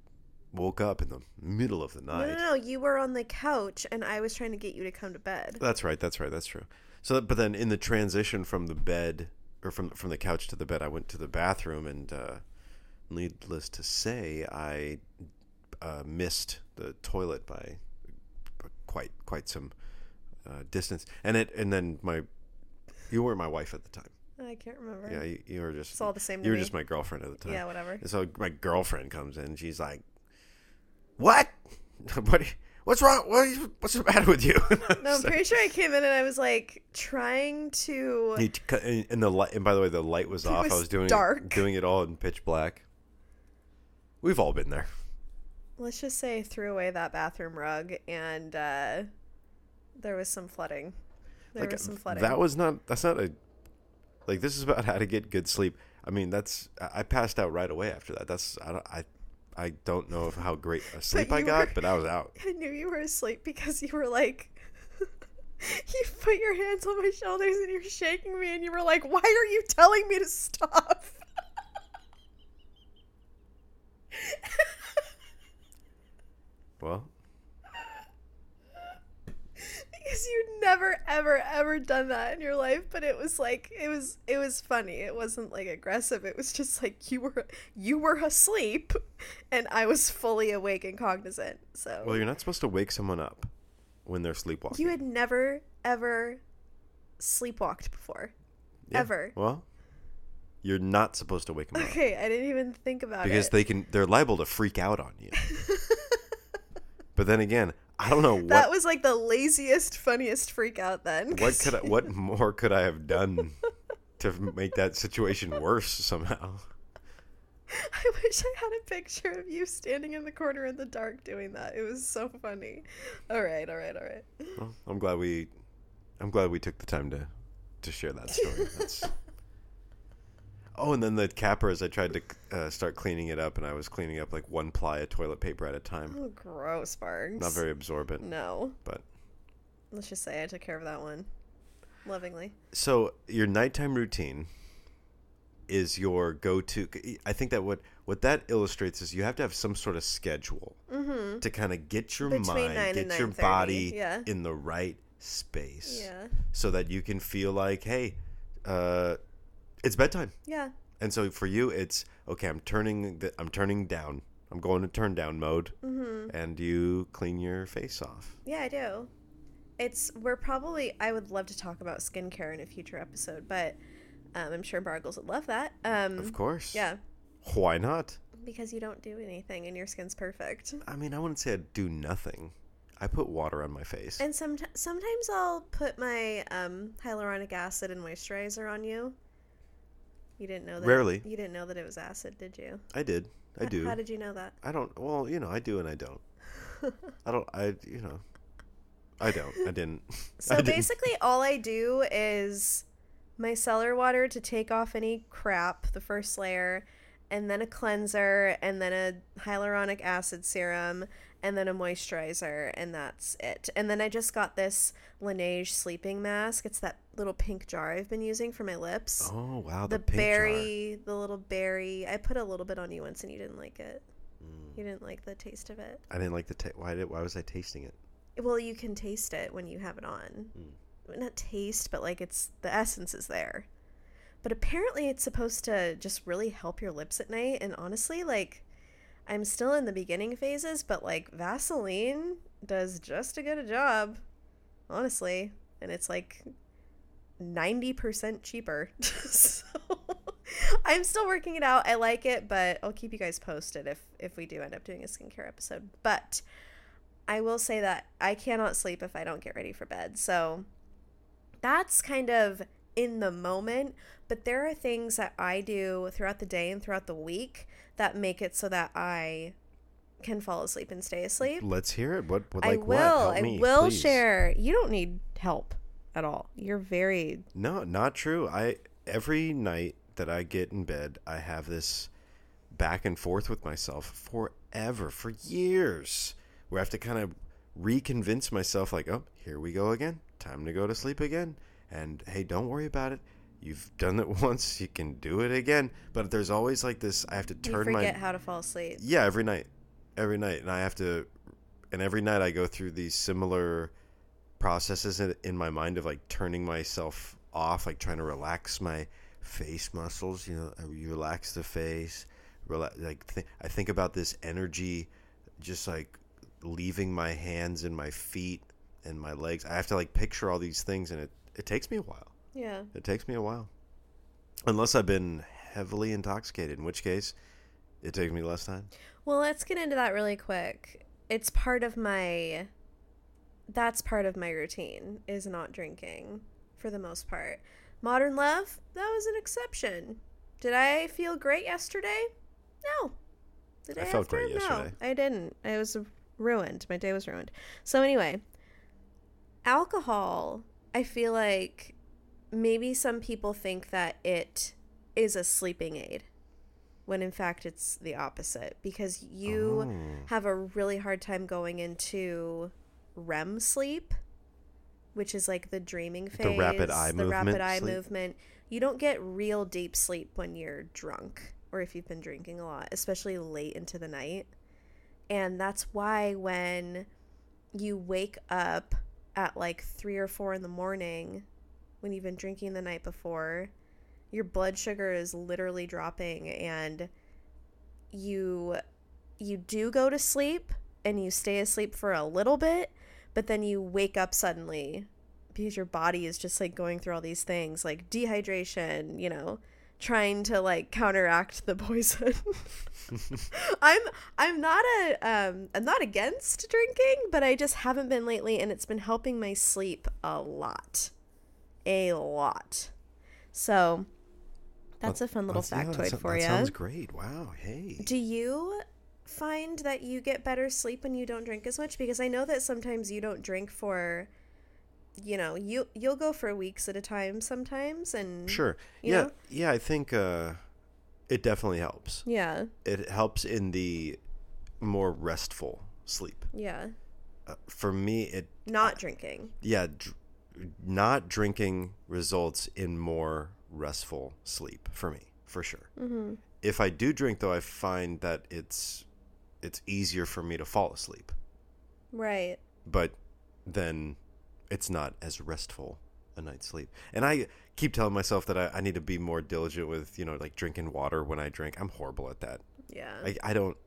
Speaker 1: woke up in the middle of the
Speaker 2: No,
Speaker 1: night.
Speaker 2: no, no. You were on the couch, and I was trying to get you to come
Speaker 1: (laughs)
Speaker 2: to bed.
Speaker 1: That's right. That's right. That's true. So, but then in the transition from the bed or from from the couch to the bed, I went to the bathroom, and uh, needless to say, I uh, missed the toilet by quite quite some uh, distance. And it and then my you weren't my wife at the time.
Speaker 2: I can't remember.
Speaker 1: Yeah, you, you were just
Speaker 2: It's all the same to
Speaker 1: you were
Speaker 2: me.
Speaker 1: just my girlfriend at the time.
Speaker 2: Yeah, whatever.
Speaker 1: And so my girlfriend comes in. She's like, "What? (laughs) what? What's wrong? What? are you- What's the matter with you?" (laughs) And I
Speaker 2: No, I'm
Speaker 1: was like-
Speaker 2: pretty sure I came in and I was like trying to.
Speaker 1: He t- cut- and and the light, and by the way, the light was off. I
Speaker 2: was
Speaker 1: was doing
Speaker 2: dark.
Speaker 1: doing it all in pitch black. We've all been there.
Speaker 2: Let's just say I threw away that bathroom rug, and uh, there was some flooding. There
Speaker 1: Like,
Speaker 2: was some flooding.
Speaker 1: That was not. That's not a. Like this is about (laughs) how to get good sleep. I mean, that's. I I passed out right away after that. That's. I don't. I. I don't know of how great
Speaker 2: (laughs)
Speaker 1: a sleep I
Speaker 2: you
Speaker 1: got,
Speaker 2: were-
Speaker 1: but I was out.
Speaker 2: I knew you were asleep because you were like, (laughs) you put your hands on my shoulders and you're shaking me, and you were like, "Why are you telling me to stop?"
Speaker 1: Well,
Speaker 2: (laughs) because you've never ever ever done that in your life but it was like it was it was funny it wasn't like aggressive it was just like you were you were asleep and i was fully awake and cognizant so
Speaker 1: well, you're not supposed to wake someone up when they're sleepwalking.
Speaker 2: you had never ever sleepwalked before
Speaker 1: Yeah.
Speaker 2: ever.
Speaker 1: Well, you're not supposed to
Speaker 2: (laughs)
Speaker 1: wake them up
Speaker 2: okay i didn't even think about
Speaker 1: because
Speaker 2: it
Speaker 1: they can. They're liable to freak out on
Speaker 2: (laughs)
Speaker 1: you. but then again, I don't know what
Speaker 2: that was like the laziest funniest freak out then
Speaker 1: what
Speaker 2: 'cause
Speaker 1: could I, what more could I have done to make that situation worse somehow?
Speaker 2: (laughs) I wish I had a picture of you standing in the corner in the dark doing that. It was so funny. All right, all right, all right.
Speaker 1: Well, I'm glad we, I'm glad we took the time to, to share that story.
Speaker 2: (laughs)
Speaker 1: That's... Oh, and then the cappers. I tried to uh, start cleaning it up, and I was cleaning up like one ply of toilet paper at a time.
Speaker 2: Oh, gross, Barnes.
Speaker 1: Not very absorbent,
Speaker 2: No.
Speaker 1: but
Speaker 2: Let's just say I took care of that one lovingly.
Speaker 1: so your nighttime routine is your go-to. I think that what what that illustrates is you have to have some sort of schedule to kind of get your
Speaker 2: Mm-hmm. Between
Speaker 1: mind,
Speaker 2: 9 and
Speaker 1: get your
Speaker 2: 9:30,
Speaker 1: body
Speaker 2: yeah.
Speaker 1: in the right space,
Speaker 2: Yeah.
Speaker 1: so that you can feel like, hey, uh, it's bedtime.
Speaker 2: Yeah.
Speaker 1: And so for you, it's okay. I'm turning. The, I'm turning down. I'm going to turn down mode,
Speaker 2: Mm-hmm.
Speaker 1: and you clean your face off.
Speaker 2: Yeah, I do. It's we're probably I would love to talk about skincare in a future episode, but um, I'm sure Bargles would love that. Um
Speaker 1: Of course.
Speaker 2: yeah,
Speaker 1: Why not?
Speaker 2: because you don't do anything and your skin's perfect.
Speaker 1: I mean, I wouldn't say I do nothing. I put water on my face.
Speaker 2: And some sometimes I'll put my um, hyaluronic acid and moisturizer on you. You didn't know that.
Speaker 1: Rarely.
Speaker 2: You didn't know that it was acid, did you?
Speaker 1: I did. I
Speaker 2: H-
Speaker 1: do.
Speaker 2: How did you know that?
Speaker 1: (laughs) I don't. Well, you know, I do and I don't. I don't. I. You know. I don't. I
Speaker 2: (laughs)
Speaker 1: didn't. I
Speaker 2: So
Speaker 1: didn't.
Speaker 2: basically, all I do is micellar water to take off any crap, the first layer, and then a cleanser, and then a hyaluronic acid serum, and then a moisturizer, and that's it. And then I just got this Laneige sleeping mask. It's that little pink jar I've been using for my lips.
Speaker 1: Oh wow, the,
Speaker 2: the
Speaker 1: pink jar.
Speaker 2: berry, the little berry. I put a little bit on you once and you didn't like it. You didn't like the taste of it.
Speaker 1: Mm. I didn't like the. Ta- why did? Why was I tasting it?
Speaker 2: Well, you can taste it when you have it on. Well,
Speaker 1: Hmm.
Speaker 2: Not taste, but like it's the essence is there. But apparently it's supposed to just really help your lips at night and honestly like I'm still in the beginning phases, but like Vaseline does just as good a job, honestly, and it's like 90% cheaper. (laughs) so I'm still working it out. I like it, but I'll keep you guys posted if if we do end up doing a skincare episode. But I will say that I cannot sleep if I don't get ready for bed. So that's kind of in the moment, but there are things that I do throughout the day and throughout the week that make it so that I can fall asleep and stay asleep.
Speaker 1: Let's hear it. What? what like
Speaker 2: I
Speaker 1: what?
Speaker 2: will.
Speaker 1: Help
Speaker 2: I
Speaker 1: me,
Speaker 2: will
Speaker 1: please.
Speaker 2: share. You don't need help at all. You're very
Speaker 1: No, not true. I every night that I get in bed, I have this back and forth with myself forever, for years, where I have to kind of reconvince myself, like, oh, here we go again. Time to go to sleep again. And hey, don't worry about it. You've done it (laughs) once. You can do it again. But there's always like this. I have to
Speaker 2: you
Speaker 1: turn
Speaker 2: forget
Speaker 1: my
Speaker 2: how to fall asleep.
Speaker 1: yeah every night, every night, and I have to, and every night I go through these similar processes in, in my mind of like turning myself off, like trying to relax my face muscles. You know, uh, you relax the face. Relax, like th- I think about this energy, just like leaving my hands and my feet and my legs. I have to like picture all these things, and it it takes me a while.
Speaker 2: Yeah.
Speaker 1: It takes me a while, unless I've been heavily intoxicated, in which case, it takes me less time.
Speaker 2: Well, let's get into that really quick. It's part of my that's part of my routine is not drinking for the most part. Modern Love, that was an exception. Did I feel great yesterday? No. The
Speaker 1: I
Speaker 2: day
Speaker 1: felt
Speaker 2: after?
Speaker 1: great yesterday.
Speaker 2: No, I didn't. I was ruined. My day was ruined. So anyway, alcohol, I feel like maybe some people think that it is a sleeping aid when in fact it's the opposite because you
Speaker 1: Oh.
Speaker 2: have a really hard time going into REM sleep, which is like the dreaming phase,
Speaker 1: The rapid eye
Speaker 2: the rapid
Speaker 1: movement
Speaker 2: eye
Speaker 1: sleep?
Speaker 2: movement. You don't get real deep sleep when you're drunk or if you've been drinking a lot, especially late into the night. And that's why when you wake up at like three or four in the morning when you've been drinking the night before, your blood sugar is literally dropping and you you do go to sleep and you stay asleep for a little bit, but then you wake up suddenly because your body is just like going through all these things like dehydration, you know, trying to like counteract
Speaker 1: (laughs)
Speaker 2: the poison. I'm I'm not a um I'm not against drinking, but I just haven't been lately and it's been helping my sleep a lot. A lot. So that's a fun little
Speaker 1: That's- yeah, that
Speaker 2: factoid
Speaker 1: so-
Speaker 2: for
Speaker 1: that
Speaker 2: you.
Speaker 1: Sounds great. Wow. Hey.
Speaker 2: Do you find that you get better sleep when you don't drink as much? Because I know that sometimes you don't drink for, you know, you you'll go for weeks at a time sometimes, and
Speaker 1: Sure.
Speaker 2: You
Speaker 1: yeah.
Speaker 2: know?
Speaker 1: Yeah. I think uh, it definitely helps.
Speaker 2: yeah,
Speaker 1: It helps in the more restful sleep.
Speaker 2: yeah,
Speaker 1: Uh, for me, it
Speaker 2: not drinking.
Speaker 1: yeah, dr- not drinking results in more restful sleep for me, for sure.
Speaker 2: Mm-hmm.
Speaker 1: If I do drink, though, I find that it's it's easier for me to fall asleep,
Speaker 2: Right.
Speaker 1: but then it's not as restful a night's sleep. And I keep telling myself that I, I need to be more diligent with you know like drinking water when I drink. I'm horrible at that.
Speaker 2: Yeah.
Speaker 1: I I don't,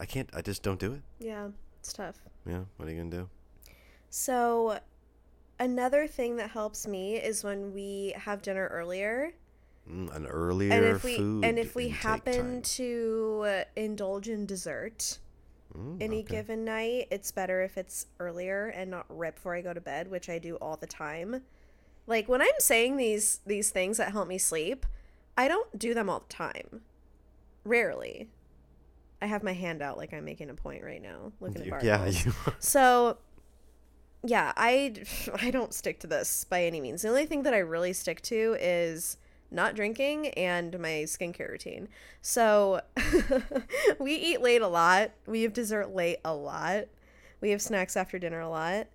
Speaker 1: I can't. I just don't do it.
Speaker 2: yeah. It's tough.
Speaker 1: Yeah, what are you gonna do?
Speaker 2: So, another thing that helps me is when we have dinner earlier.
Speaker 1: Mm, an earlier
Speaker 2: and if we
Speaker 1: food
Speaker 2: and if we
Speaker 1: intake
Speaker 2: happen
Speaker 1: time.
Speaker 2: to uh, indulge in dessert
Speaker 1: Mm,
Speaker 2: any
Speaker 1: okay.
Speaker 2: given night it's better if it's earlier and not right before i go to bed which i do all the time like when i'm saying these these things that help me sleep i don't do them all the time rarely i have my hand out like i'm making a point right now looking at
Speaker 1: You-
Speaker 2: barbells.
Speaker 1: yeah, (laughs) you
Speaker 2: So, yeah, I (laughs) I don't stick to this by any means. The only thing that I really stick to is not drinking and my skincare routine. So, (laughs) we eat late a lot. We have dessert late a lot. We have snacks after dinner a lot.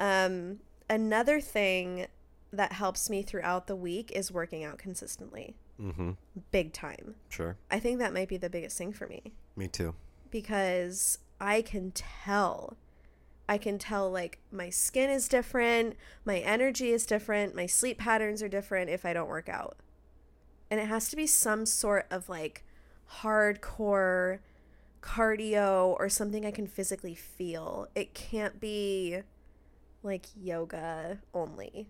Speaker 2: Um, another thing that helps me throughout the week is working out consistently,
Speaker 1: Mm-hmm.
Speaker 2: big time.
Speaker 1: Sure.
Speaker 2: I think that might be the biggest thing for me
Speaker 1: Me too.
Speaker 2: because I can tell. I can tell like my skin is different, my energy is different, my sleep patterns are different if I don't work out. And it has to be some sort of like hardcore cardio or something I can physically feel. It can't be like yoga only.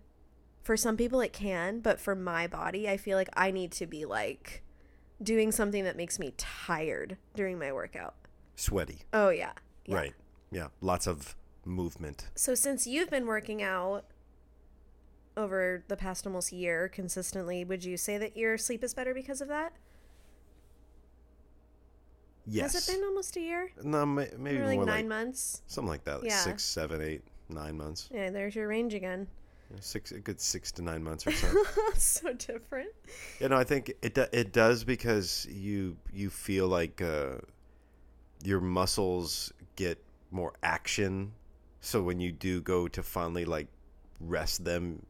Speaker 2: For some people it can, but for my body, I feel like I need to be like doing something that makes me tired during my workout.
Speaker 1: Sweaty.
Speaker 2: Oh yeah. yeah.
Speaker 1: Right. Yeah. Lots of movement.
Speaker 2: So since you've been working out over the past almost year consistently, would you say that your sleep is better because of that?
Speaker 1: Yes.
Speaker 2: Has it been almost a year?
Speaker 1: been? No, ma- maybe
Speaker 2: Or like
Speaker 1: more like
Speaker 2: nine months?
Speaker 1: something like that. Like
Speaker 2: Yeah.
Speaker 1: Six, seven, eight, nine months.
Speaker 2: Yeah, there's your range again. (laughs)
Speaker 1: Six, a good six to nine months or so.
Speaker 2: so different.
Speaker 1: you know, I think it do- it does because you you feel like uh, your muscles get more action. So when you do go to finally like rest them,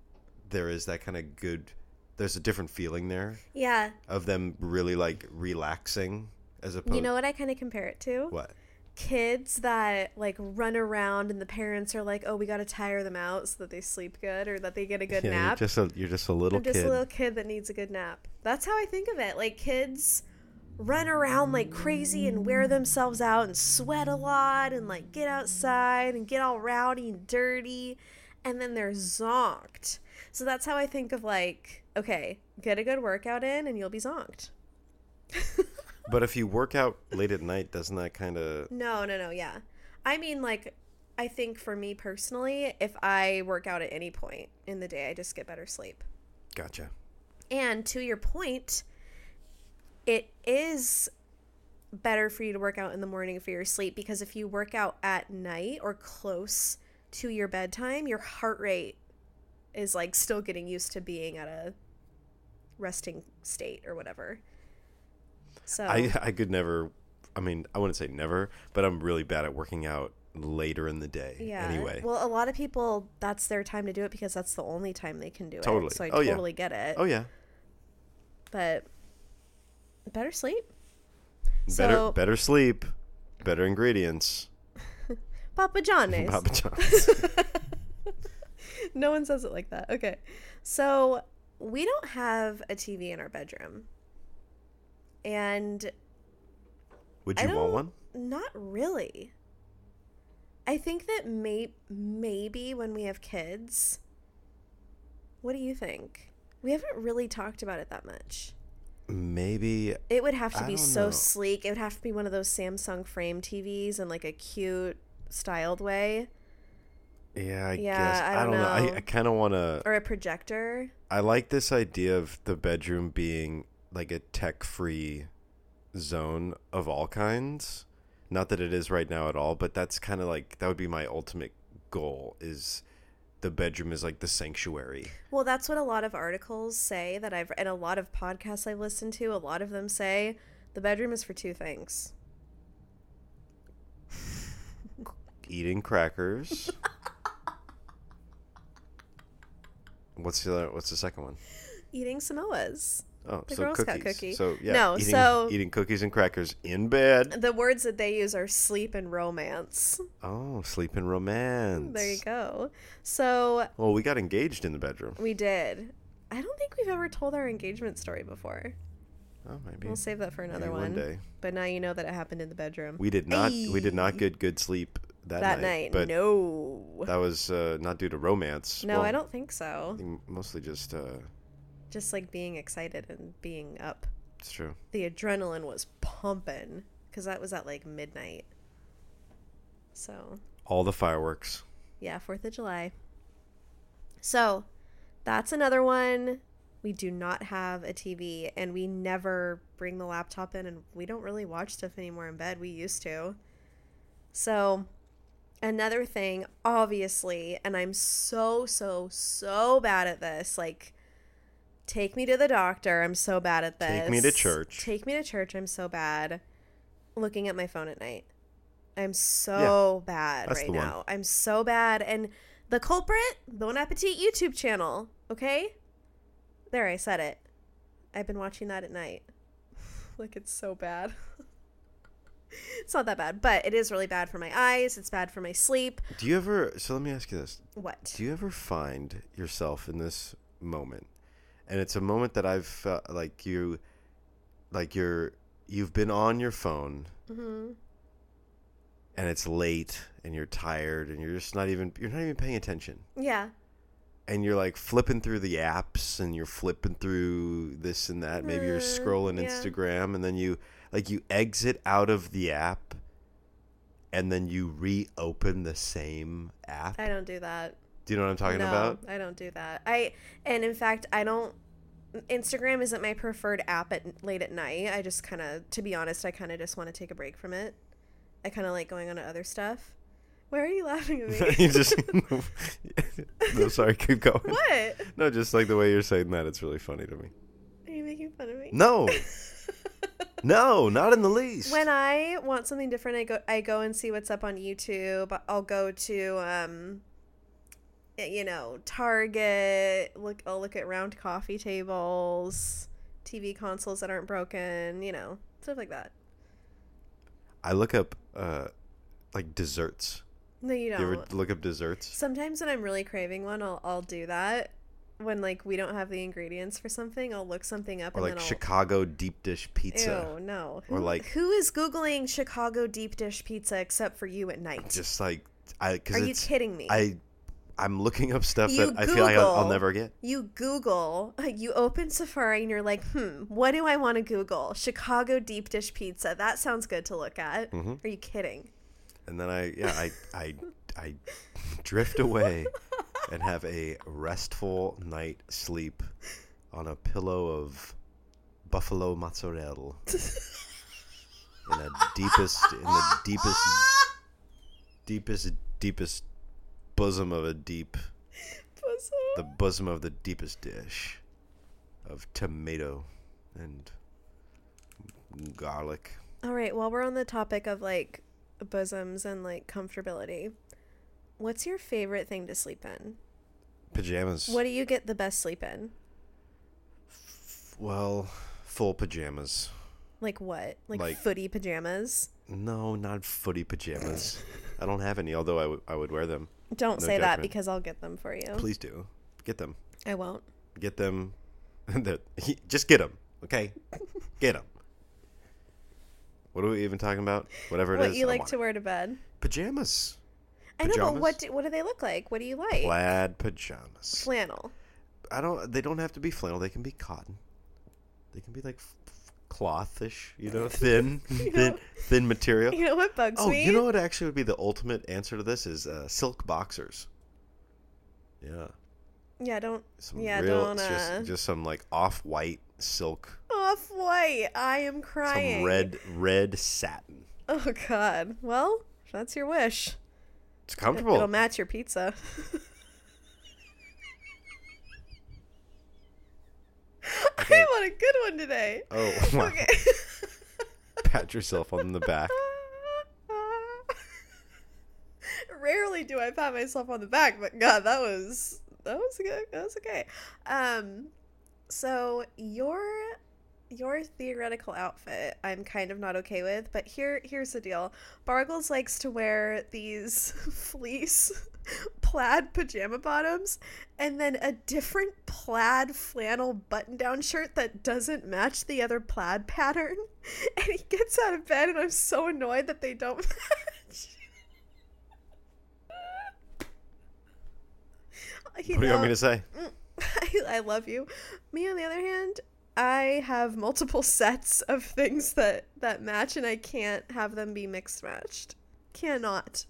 Speaker 1: there is that kind of good. There's a different feeling there.
Speaker 2: Yeah.
Speaker 1: of them really like relaxing as opposed
Speaker 2: You know what I kind of compare it to?
Speaker 1: Um, what
Speaker 2: Kids that like run around and the parents are like, "Oh, we got to tire them out so that they sleep good or that they get a
Speaker 1: (laughs)
Speaker 2: good
Speaker 1: yeah,
Speaker 2: nap."
Speaker 1: You're just a you're just a little
Speaker 2: I'm just
Speaker 1: kid
Speaker 2: a little kid that needs a good nap. That's how I think of it. Like kids run around like crazy and wear themselves out and sweat a lot and like get outside and get all rowdy and dirty and then they're zonked. So that's how I think of like, okay, get a good workout in and you'll be zonked.
Speaker 1: but if you work out late at night doesn't that kind of
Speaker 2: No, no, no, yeah. I mean like I think for me personally, if I work out at any point in the day, I just get better sleep.
Speaker 1: gotcha
Speaker 2: And to your point, it is better for you to work out in the morning for your sleep because if you work out at night or close to your bedtime, your heart rate is like still getting used to being at a resting state or whatever. So
Speaker 1: I I could never I mean I wouldn't say never but I'm really bad at working out later in the day
Speaker 2: yeah.
Speaker 1: anyway
Speaker 2: Well, a lot of people that's their time to do it because that's the only time they can do it.
Speaker 1: Totally.
Speaker 2: So I
Speaker 1: Oh, yeah.
Speaker 2: totally get it.
Speaker 1: oh yeah
Speaker 2: But better sleep.
Speaker 1: better
Speaker 2: So-
Speaker 1: better sleep Better ingredients.
Speaker 2: Papa John's.
Speaker 1: (laughs)
Speaker 2: (laughs)
Speaker 1: Papa John's.
Speaker 2: no one says it like that. Okay. So we don't have a TV in our bedroom. And
Speaker 1: Would
Speaker 2: I
Speaker 1: you want
Speaker 2: don't-
Speaker 1: one?
Speaker 2: not really. I think that may- maybe when we have kids. What do you think? We haven't really talked about it that much.
Speaker 1: Maybe.
Speaker 2: It would have to
Speaker 1: I
Speaker 2: be
Speaker 1: don't
Speaker 2: so
Speaker 1: know.
Speaker 2: sleek. It would have to be one of those Samsung frame TVs in like a cute styled way
Speaker 1: Yeah, I
Speaker 2: Yeah,
Speaker 1: guess.
Speaker 2: I don't
Speaker 1: know.
Speaker 2: know.
Speaker 1: I, I kind of want to.
Speaker 2: or a projector.
Speaker 1: I like this idea of the bedroom being like a tech free zone of all kinds. Not that it is right now at all, but that's kind of like that would be my ultimate goal is the bedroom is like the sanctuary.
Speaker 2: Well, that's what a lot of articles say that I've and a lot of podcasts I've listened to, a lot of them say the bedroom is for two things.
Speaker 1: Eating crackers.
Speaker 2: (laughs)
Speaker 1: what's the other, what's the second one?
Speaker 2: Eating Samoas.
Speaker 1: Oh,
Speaker 2: The
Speaker 1: so
Speaker 2: Girl Scout
Speaker 1: cookies.
Speaker 2: cookie.
Speaker 1: So yeah,
Speaker 2: No,
Speaker 1: eating,
Speaker 2: so-
Speaker 1: eating cookies and crackers in bed.
Speaker 2: The words that they use are sleep and romance.
Speaker 1: Oh, sleep and romance.
Speaker 2: There you go. So
Speaker 1: Well, we got engaged in the bedroom.
Speaker 2: we did. I don't think we've ever told our engagement story before.
Speaker 1: Oh, maybe.
Speaker 2: We'll save that for another
Speaker 1: Maybe
Speaker 2: one.
Speaker 1: one day.
Speaker 2: But now you know that it happened in the bedroom.
Speaker 1: We did not. We did not get good sleep that,
Speaker 2: that
Speaker 1: night.
Speaker 2: night.
Speaker 1: But
Speaker 2: no.
Speaker 1: that was uh, not due to romance.
Speaker 2: no,
Speaker 1: Well,
Speaker 2: I don't think so.
Speaker 1: I think Mostly just. Uh,
Speaker 2: Just like being excited and being up.
Speaker 1: it's true.
Speaker 2: the adrenaline was pumping because that was at like midnight. So,
Speaker 1: All the fireworks.
Speaker 2: yeah, 4th of July. So, that's another one. We do not have a TV and we never bring the laptop in and we don't really watch stuff anymore in bed. We used to. So, another thing, obviously, and I'm so, so, so bad at this. Like, take me to the doctor. I'm so bad at this.
Speaker 1: Take me to church.
Speaker 2: Take me to church. I'm so bad. Looking at my phone at night. I'm so bad
Speaker 1: that's
Speaker 2: right
Speaker 1: the one.
Speaker 2: now. I'm so bad. And the culprit, Bon Appetit YouTube channel. Okay? There, I said it. I've been watching that at night. (laughs) like, it's so bad. (laughs) it's not that bad, but it is really bad for my eyes. It's bad for my sleep.
Speaker 1: Do you ever? So let me ask you this:
Speaker 2: What?
Speaker 1: Do you ever find yourself in this moment? And it's a moment that I've felt like you, like you're, you've been on your phone
Speaker 2: hmm
Speaker 1: and it's late and you're tired and you're just not even you're not even paying attention.
Speaker 2: Yeah.
Speaker 1: and you're like flipping through the apps and you're flipping through this and that. Maybe you're
Speaker 2: Uh,
Speaker 1: scrolling
Speaker 2: yeah.
Speaker 1: Instagram and then you like you exit out of the app and then you reopen the same app.
Speaker 2: I don't do that.
Speaker 1: Do you know what I'm talking
Speaker 2: no, (laughs)
Speaker 1: about? (laughs)
Speaker 2: I don't do that. I and in fact, I don't. Instagram isn't my preferred app at late at night. I just kind of, to be honest, I kind of just want to take a break from it. I kind of like going on to other stuff. Why are you laughing at me?
Speaker 1: (laughs) you just No, sorry, keep going.
Speaker 2: what?
Speaker 1: No, just like the way you're saying that, it's really funny to me.
Speaker 2: Are you making fun of me? (laughs)
Speaker 1: No. no, not in the least.
Speaker 2: When I want something different, I go I go and see what's up on YouTube. I'll go to um y- you know, Target, look I'll look at round coffee tables, TV consoles that aren't broken, you know, stuff like that.
Speaker 1: I look up uh like desserts.
Speaker 2: No, you don't.
Speaker 1: You ever look up desserts?
Speaker 2: Sometimes when I'm really craving one, I'll I'll do that. When like we don't have the ingredients for something, I'll look something up
Speaker 1: Or
Speaker 2: and
Speaker 1: like
Speaker 2: then I'll
Speaker 1: Chicago deep dish pizza.
Speaker 2: Ew, no.
Speaker 1: Or,
Speaker 2: Who-
Speaker 1: like-
Speaker 2: who is googling Chicago deep dish pizza except for you at night?
Speaker 1: just like I because
Speaker 2: Are you
Speaker 1: it's
Speaker 2: kidding me?
Speaker 1: I I'm looking up stuff
Speaker 2: You
Speaker 1: that I feel like I'll, I'll
Speaker 2: Google.
Speaker 1: never get.
Speaker 2: you Google, (laughs) you open Safari and you're like, hmm, what do I want to Google? Chicago deep dish pizza. That sounds good to look at.
Speaker 1: Mm-hmm.
Speaker 2: Are you kidding?
Speaker 1: And then I yeah I I I drift away and have a restful night sleep on a pillow of buffalo mozzarella in the deepest in the deepest deepest deepest bosom of a deep the bosom of the deepest dish of tomato and garlic.
Speaker 2: All right, while we're on the topic of like bosoms and like comfortability, what's your favorite thing to sleep in?
Speaker 1: Pajamas.
Speaker 2: What do you get the best sleep in?
Speaker 1: Well, full pajamas.
Speaker 2: Like what? Like,
Speaker 1: Like-
Speaker 2: footy pajamas?
Speaker 1: No, not footy pajamas. I don't have any, although I would- I would wear them.
Speaker 2: Don't
Speaker 1: No
Speaker 2: say that
Speaker 1: judgment.
Speaker 2: because I'll get them for you.
Speaker 1: Please do. Get them.
Speaker 2: I won't.
Speaker 1: Get them. (laughs) They're- Just get them, okay? Get them. What are we even talking about? Whatever it is,
Speaker 2: What you
Speaker 1: I
Speaker 2: like
Speaker 1: want
Speaker 2: to
Speaker 1: it.
Speaker 2: wear to bed?
Speaker 1: Pajamas.
Speaker 2: I know, but
Speaker 1: Pajamas?
Speaker 2: what do, what do they look like? What do you like?
Speaker 1: Plaid pajamas.
Speaker 2: Flannel. (laughs)
Speaker 1: I don't. They don't have to be flannel. They can be cotton. They can be like f- f- clothish, you
Speaker 2: (laughs)
Speaker 1: know, thin, thin,
Speaker 2: know-
Speaker 1: thin material.
Speaker 2: You know what bugs
Speaker 1: Oh,
Speaker 2: me?
Speaker 1: you know what actually would be the ultimate answer to this is uh, silk boxers. Yeah,
Speaker 2: yeah, don't.
Speaker 1: some
Speaker 2: yeah,
Speaker 1: real
Speaker 2: don't.
Speaker 1: it's
Speaker 2: Uh,
Speaker 1: just just some like off white silk,
Speaker 2: Off white. I am crying.
Speaker 1: some red red satin.
Speaker 2: Oh God. Well, if that's your wish.
Speaker 1: It's
Speaker 2: It,
Speaker 1: comfortable.
Speaker 2: will match your pizza. (laughs) I want a good one today. (laughs)
Speaker 1: oh, (laughs) wow.
Speaker 2: Okay.
Speaker 1: pat yourself on the
Speaker 2: (laughs)
Speaker 1: back.
Speaker 2: Rarely do I pat myself on the back, but God, that was that was good. That was okay. Um, so your your theoretical outfit, I'm kind of not okay with. But here here's the deal: Bargles likes to wear these (laughs) fleece plaid pajama bottoms, and then a different plaid flannel button-down shirt that doesn't match the other plaid pattern. (laughs) And he gets out of bed, and I'm so annoyed that they don't (laughs) match. You
Speaker 1: What do you want me
Speaker 2: know-
Speaker 1: to say?
Speaker 2: (laughs) I, I love you. Me, on the other hand, I have multiple (laughs) sets of things that that match, and I can't have them be mixed matched. Cannot,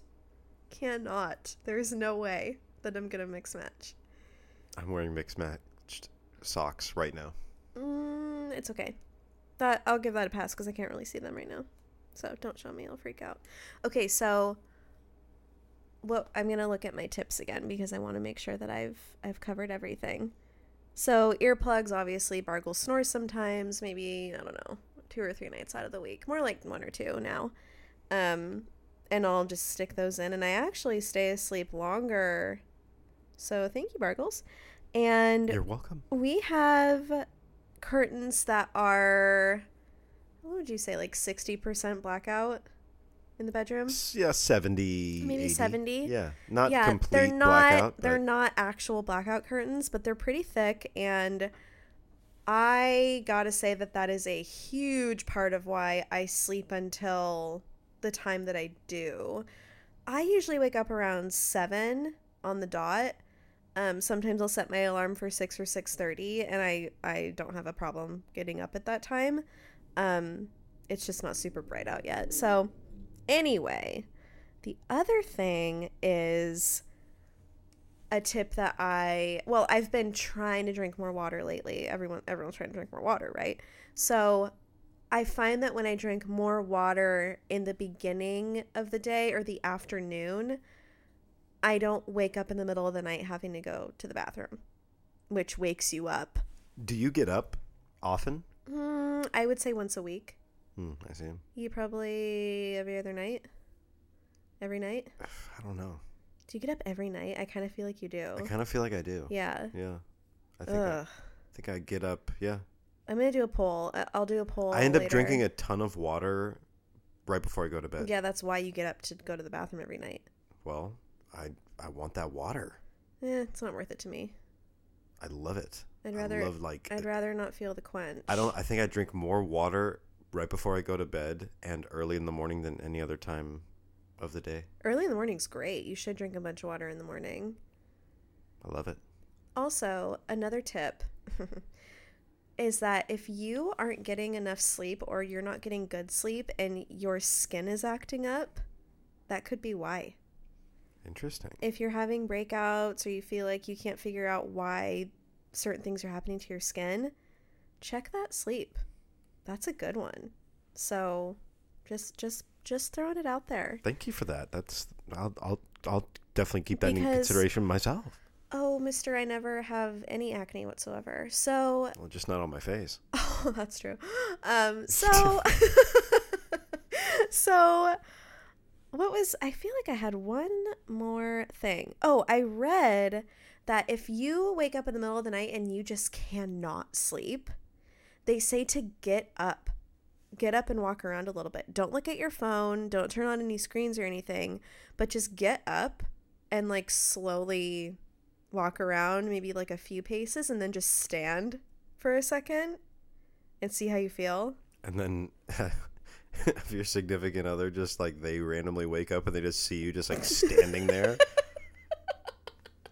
Speaker 2: cannot. There is no way that I'm gonna mix match.
Speaker 1: I'm wearing mixed matched socks right now.
Speaker 2: Mm, it's okay. That I'll give that a pass because I can't really see them right now. So don't show me; I'll freak out. Okay, so what I'm gonna look at my tips again because I want to make sure that I've I've covered everything. So earplugs, obviously, Bargle snores sometimes. Maybe I don't know, two or three nights out of the week, more like one or two now. Um, and I'll just stick those in, and I actually stay asleep longer. So thank you, Bargles. And
Speaker 1: You're welcome.
Speaker 2: we have curtains that are, what would you say, like 60% blackout in the bedroom?
Speaker 1: S- Yeah, 70.
Speaker 2: Maybe
Speaker 1: 80.
Speaker 2: 70?
Speaker 1: Yeah, not
Speaker 2: yeah,
Speaker 1: complete
Speaker 2: they're not
Speaker 1: blackout.
Speaker 2: they're
Speaker 1: but
Speaker 2: not actual blackout curtains, but they're pretty thick and I got to say that that is a huge part of why I sleep until the time that I do. I usually wake up around 7 on the dot. Um, sometimes I'll set my alarm for 6 or 6:30 and I I don't have a problem getting up at that time. Um, it's just not super bright out yet. So anyway, the other thing is a tip that I well, I've been trying to drink more water lately. Everyone everyone's trying to drink more water, right? So I find that when I drink more water in the beginning of the day or the afternoon, I don't wake up in the middle of the night having to go to the bathroom, which wakes you up.
Speaker 1: Do you get up often?
Speaker 2: Mm, I would say once a week.
Speaker 1: Hmm, I see.
Speaker 2: You probably every other night. Every night?
Speaker 1: I don't know.
Speaker 2: Do you get up every night? I kind of feel like you do.
Speaker 1: I kind of feel like I do.
Speaker 2: Oh. Yeah.
Speaker 1: Yeah. I think I,
Speaker 2: Ugh.
Speaker 1: think I get up. Yeah.
Speaker 2: I'm gonna do a poll. I- I'll do a poll.
Speaker 1: I end up drinking a ton of water right before I go to bed.
Speaker 2: Yeah, that's why you get up to go to the bathroom every night.
Speaker 1: Well, I I want that water.
Speaker 2: Eh, it's not worth it to me.
Speaker 1: I love it.
Speaker 2: I'd rather-
Speaker 1: I love like
Speaker 2: I'd rather not feel the quench.
Speaker 1: I don't I think I drink more water right before I go to bed and early in the morning than any other time of the day.
Speaker 2: Early in the morning's great. You should drink a bunch of water in the morning.
Speaker 1: I love it.
Speaker 2: Also, another tip (laughs) is that if you aren't getting enough sleep or you're not getting good sleep and your skin is acting up, that could be why.
Speaker 1: Interesting.
Speaker 2: if you're having breakouts or you feel like you can't figure out why certain things are happening to your skin, check that sleep. That's a good one. So just just just throwing it out there.
Speaker 1: Thank you for that. That's I'll I'll, I'll definitely keep that in
Speaker 2: Because-
Speaker 1: consideration myself.
Speaker 2: Oh, mister, I never have any acne whatsoever. So
Speaker 1: Well, just not on my face.
Speaker 2: Oh, (laughs) that's true. Um, so, (laughs) so what was, I feel like I had one more thing. Oh, I read that if you wake up in the middle of the night and you just cannot sleep, they say to get up get up and walk around a little bit. Don't look at your phone, don't turn on any screens or anything, but just get up and like slowly walk around, maybe like a few paces, and then just stand for a second and see how you feel.
Speaker 1: And then (laughs) if your significant other just like they randomly wake up and they just see you just like standing
Speaker 2: (laughs)
Speaker 1: there.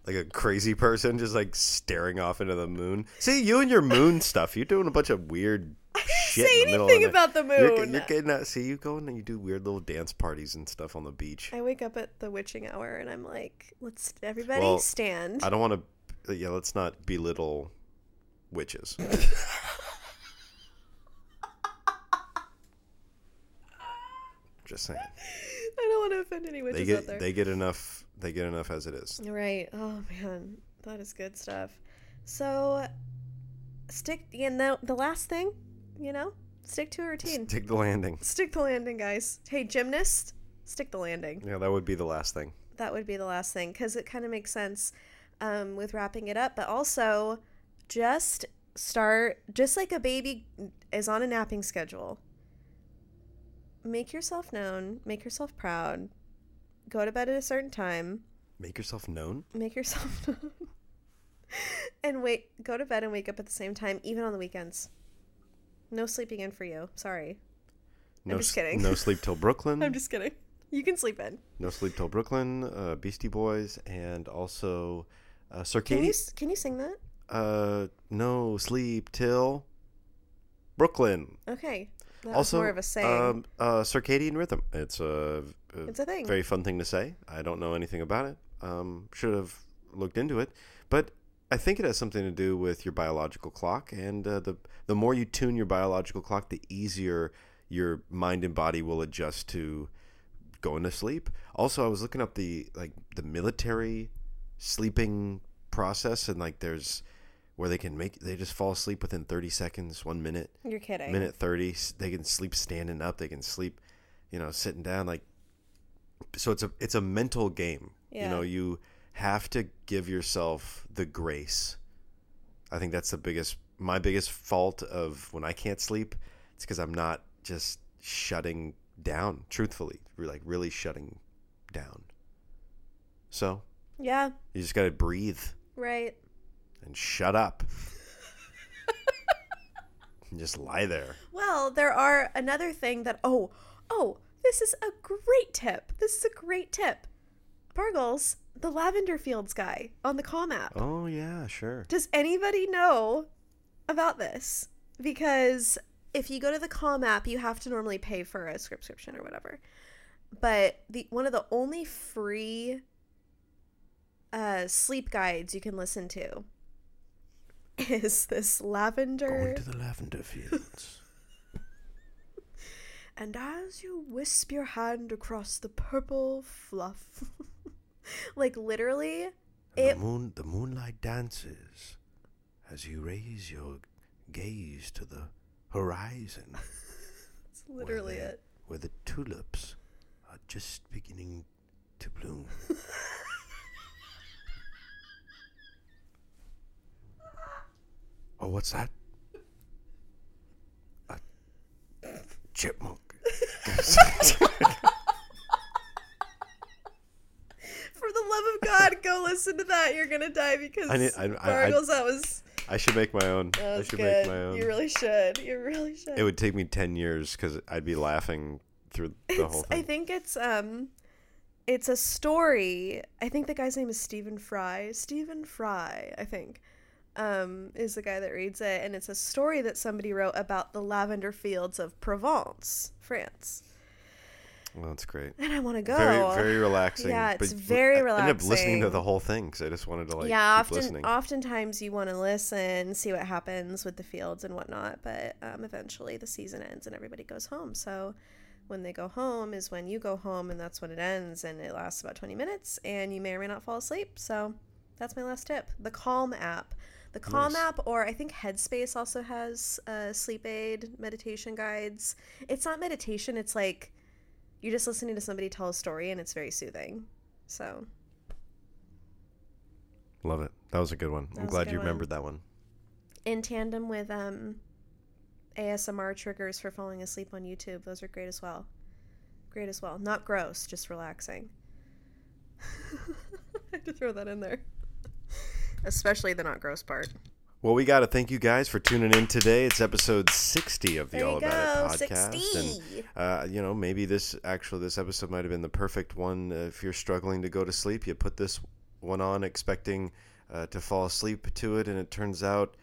Speaker 1: Like a crazy person just like staring off into the moon. See, you and your
Speaker 2: (laughs)
Speaker 1: moon stuff, you're doing a bunch of weird shit.
Speaker 2: Say
Speaker 1: in the middle
Speaker 2: anything
Speaker 1: of the night.
Speaker 2: about the
Speaker 1: You're,
Speaker 2: moon.
Speaker 1: you're getting out. See, you go and you do weird little dance parties and stuff on the beach.
Speaker 2: I wake up at the witching hour and I'm like, let's everybody
Speaker 1: Well,
Speaker 2: stand.
Speaker 1: I don't want to. Yeah, let's not belittle witches. Just saying,
Speaker 2: (laughs) I don't want to offend any witches
Speaker 1: they
Speaker 2: out
Speaker 1: get
Speaker 2: there.
Speaker 1: they get enough. They get enough as it is.
Speaker 2: Right. Oh man, that is good stuff. So, stick. And the the last thing, you know, stick to a routine.
Speaker 1: Stick the landing.
Speaker 2: stick the landing, guys. Hey, gymnast, stick the landing.
Speaker 1: Yeah, that would be the last thing.
Speaker 2: That would be the last thing because it kind of makes sense um, with wrapping it up. But also, just start just like a baby is on a napping schedule. Make yourself known. Make yourself proud. Go to bed at a certain time
Speaker 1: Make yourself known.
Speaker 2: make yourself (laughs) known and wait go to bed and wake up at the same time even on the weekends no sleeping in for you sorry
Speaker 1: No,
Speaker 2: just
Speaker 1: s-
Speaker 2: kidding.
Speaker 1: No sleep till Brooklyn.
Speaker 2: (laughs) i'm just kidding you can sleep in
Speaker 1: No sleep till Brooklyn. Uh, Beastie Boys and also uh, Sir
Speaker 2: can
Speaker 1: Katie-
Speaker 2: you s- can you sing that
Speaker 1: uh, no sleep till Brooklyn.
Speaker 2: okay that was
Speaker 1: also,
Speaker 2: more of a saying
Speaker 1: Um, uh, circadian rhythm. It's a, a
Speaker 2: it's a thing
Speaker 1: very fun thing to say. I don't know anything about it. Um, should have looked into it, but I think it has something to do with your biological clock. And uh, the the more you tune your biological clock, the easier your mind and body will adjust to going to sleep. Also, I was looking up the like the military sleeping process, and like there's where they can make they just fall asleep within 30 seconds, one minute
Speaker 2: you're kidding
Speaker 1: minute 30 s- they can sleep standing up they can sleep you know sitting down like so it's a it's a mental game you know
Speaker 2: Yeah.
Speaker 1: you have to give yourself the grace i think that's the biggest my biggest fault of when i can't sleep it's because i'm not just shutting down truthfully re- like really shutting down so
Speaker 2: yeah
Speaker 1: you just got to breathe
Speaker 2: right
Speaker 1: and shut up and just lie there
Speaker 2: well there are another thing that oh oh this is a great tip this is a great tip bargles the lavender fields guy on the call map
Speaker 1: oh yeah sure
Speaker 2: Does anybody know about this? Because if you go to the Calm app, you have to normally pay for a subscription or whatever. But the one of the only free uh, sleep guides you can listen to (laughs) is this lavender.
Speaker 1: Going to the lavender fields.
Speaker 2: and as you wisp your hand across the purple fluff, (laughs) like literally,
Speaker 1: And
Speaker 2: It-
Speaker 1: the moon, the moonlight dances as you raise your gaze to the horizon,
Speaker 2: it's (laughs) literally
Speaker 1: they-
Speaker 2: it.
Speaker 1: where the tulips are just beginning to
Speaker 2: (laughs)
Speaker 1: bloom. oh, what's that? A
Speaker 2: (laughs)
Speaker 1: chipmunk.
Speaker 2: For the love of God,
Speaker 1: (laughs)
Speaker 2: go listen to that. You're gonna die because
Speaker 1: I need- I- I- I-
Speaker 2: Bargles, that was
Speaker 1: I should make my own.
Speaker 2: that
Speaker 1: I
Speaker 2: was
Speaker 1: should
Speaker 2: good.
Speaker 1: make my own.
Speaker 2: You really should. You really should.
Speaker 1: It would take me 10 years because I'd be laughing through the whole
Speaker 2: it's, I
Speaker 1: thing.
Speaker 2: think it's um, it's a story. I think the guy's name is Stephen Fry. Stephen Fry, I think, um, is the guy that reads it, and it's a story that somebody wrote about the lavender fields of Provence, France.
Speaker 1: well, that's great.
Speaker 2: And I want to go.
Speaker 1: Very, very relaxing.
Speaker 2: Yeah,
Speaker 1: but
Speaker 2: it's very
Speaker 1: I ended up listening to
Speaker 2: relaxing.
Speaker 1: the whole thing because I just wanted to like
Speaker 2: yeah,
Speaker 1: keep
Speaker 2: often,
Speaker 1: listening.
Speaker 2: oftentimes you want to listen, see what happens with the fields and whatnot, but um, eventually the season ends and everybody goes home. So when they go home is when you go home, and that's when it ends, and it lasts about 20 minutes, and you may or may not fall asleep. So that's my last tip the Calm app. The Calm
Speaker 1: Nice.
Speaker 2: app, or I think Headspace also has uh, sleep aid meditation guides. It's not meditation, it's like you're just listening to somebody tell a story, and it's very soothing. So
Speaker 1: Love it. That was a good one.
Speaker 2: That
Speaker 1: I'm
Speaker 2: was a
Speaker 1: glad
Speaker 2: good
Speaker 1: you
Speaker 2: one.
Speaker 1: remembered that one.
Speaker 2: in tandem with um ASMR triggers for falling asleep on YouTube. Those are great as well. Great as well. Not gross, just relaxing. (laughs) I had to throw that in there. Especially the not gross part.
Speaker 1: Well, we got to thank you guys for tuning in today. It's episode 60 of the
Speaker 2: There
Speaker 1: All
Speaker 2: you
Speaker 1: About
Speaker 2: go,
Speaker 1: It podcast.
Speaker 2: 60.
Speaker 1: And, uh, you know, maybe this actually, this episode might have been the perfect one. Uh, if you're struggling to go to sleep, you put this one on expecting uh, to fall asleep to it, and it turns out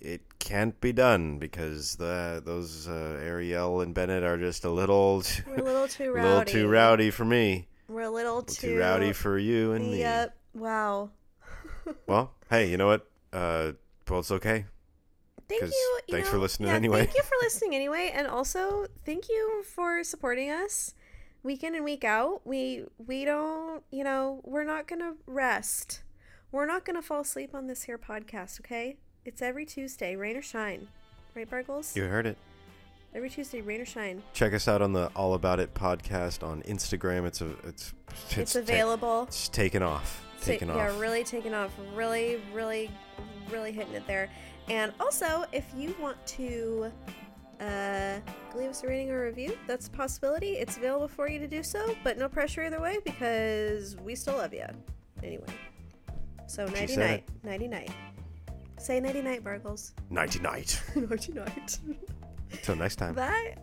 Speaker 1: it can't be done because the those uh, Ariel and Bennett are just a little, (laughs)
Speaker 2: We're a little too
Speaker 1: a
Speaker 2: rowdy.
Speaker 1: little too rowdy for me.
Speaker 2: We're a little
Speaker 1: Too,
Speaker 2: too,
Speaker 1: rowdy for you and me.
Speaker 2: Yep. Wow.
Speaker 1: Well, hey, you know what? Uh, well, it's okay.
Speaker 2: Thank you.
Speaker 1: 'Cause
Speaker 2: you
Speaker 1: thanks for listening
Speaker 2: yeah,
Speaker 1: anyway.
Speaker 2: Thank
Speaker 1: (laughs)
Speaker 2: you for listening anyway, and also thank you for supporting us week in and week out. We we don't, you know, we're not gonna rest. We're not gonna fall asleep on this here podcast. Okay, it's every Tuesday, rain or shine, right, Bargles?
Speaker 1: You heard it.
Speaker 2: Every Tuesday, rain or shine.
Speaker 1: Check us out on the All About It podcast on Instagram. It's a it's it's,
Speaker 2: It's,
Speaker 1: ta-
Speaker 2: available.
Speaker 1: it's taken off.
Speaker 2: Ta-
Speaker 1: Taken off.
Speaker 2: Yeah, really taking off. Really, really, really hitting it there. And also, if you want to uh, leave us a rating or review, that's a possibility. It's available for you to do so, but no pressure either way because we still love you. Anyway. So,
Speaker 1: She
Speaker 2: nighty
Speaker 1: said
Speaker 2: night. Nighty night. Say nighty night, Bargles.
Speaker 1: Nighty night.
Speaker 2: nighty night.
Speaker 1: Till next time.
Speaker 2: Bye.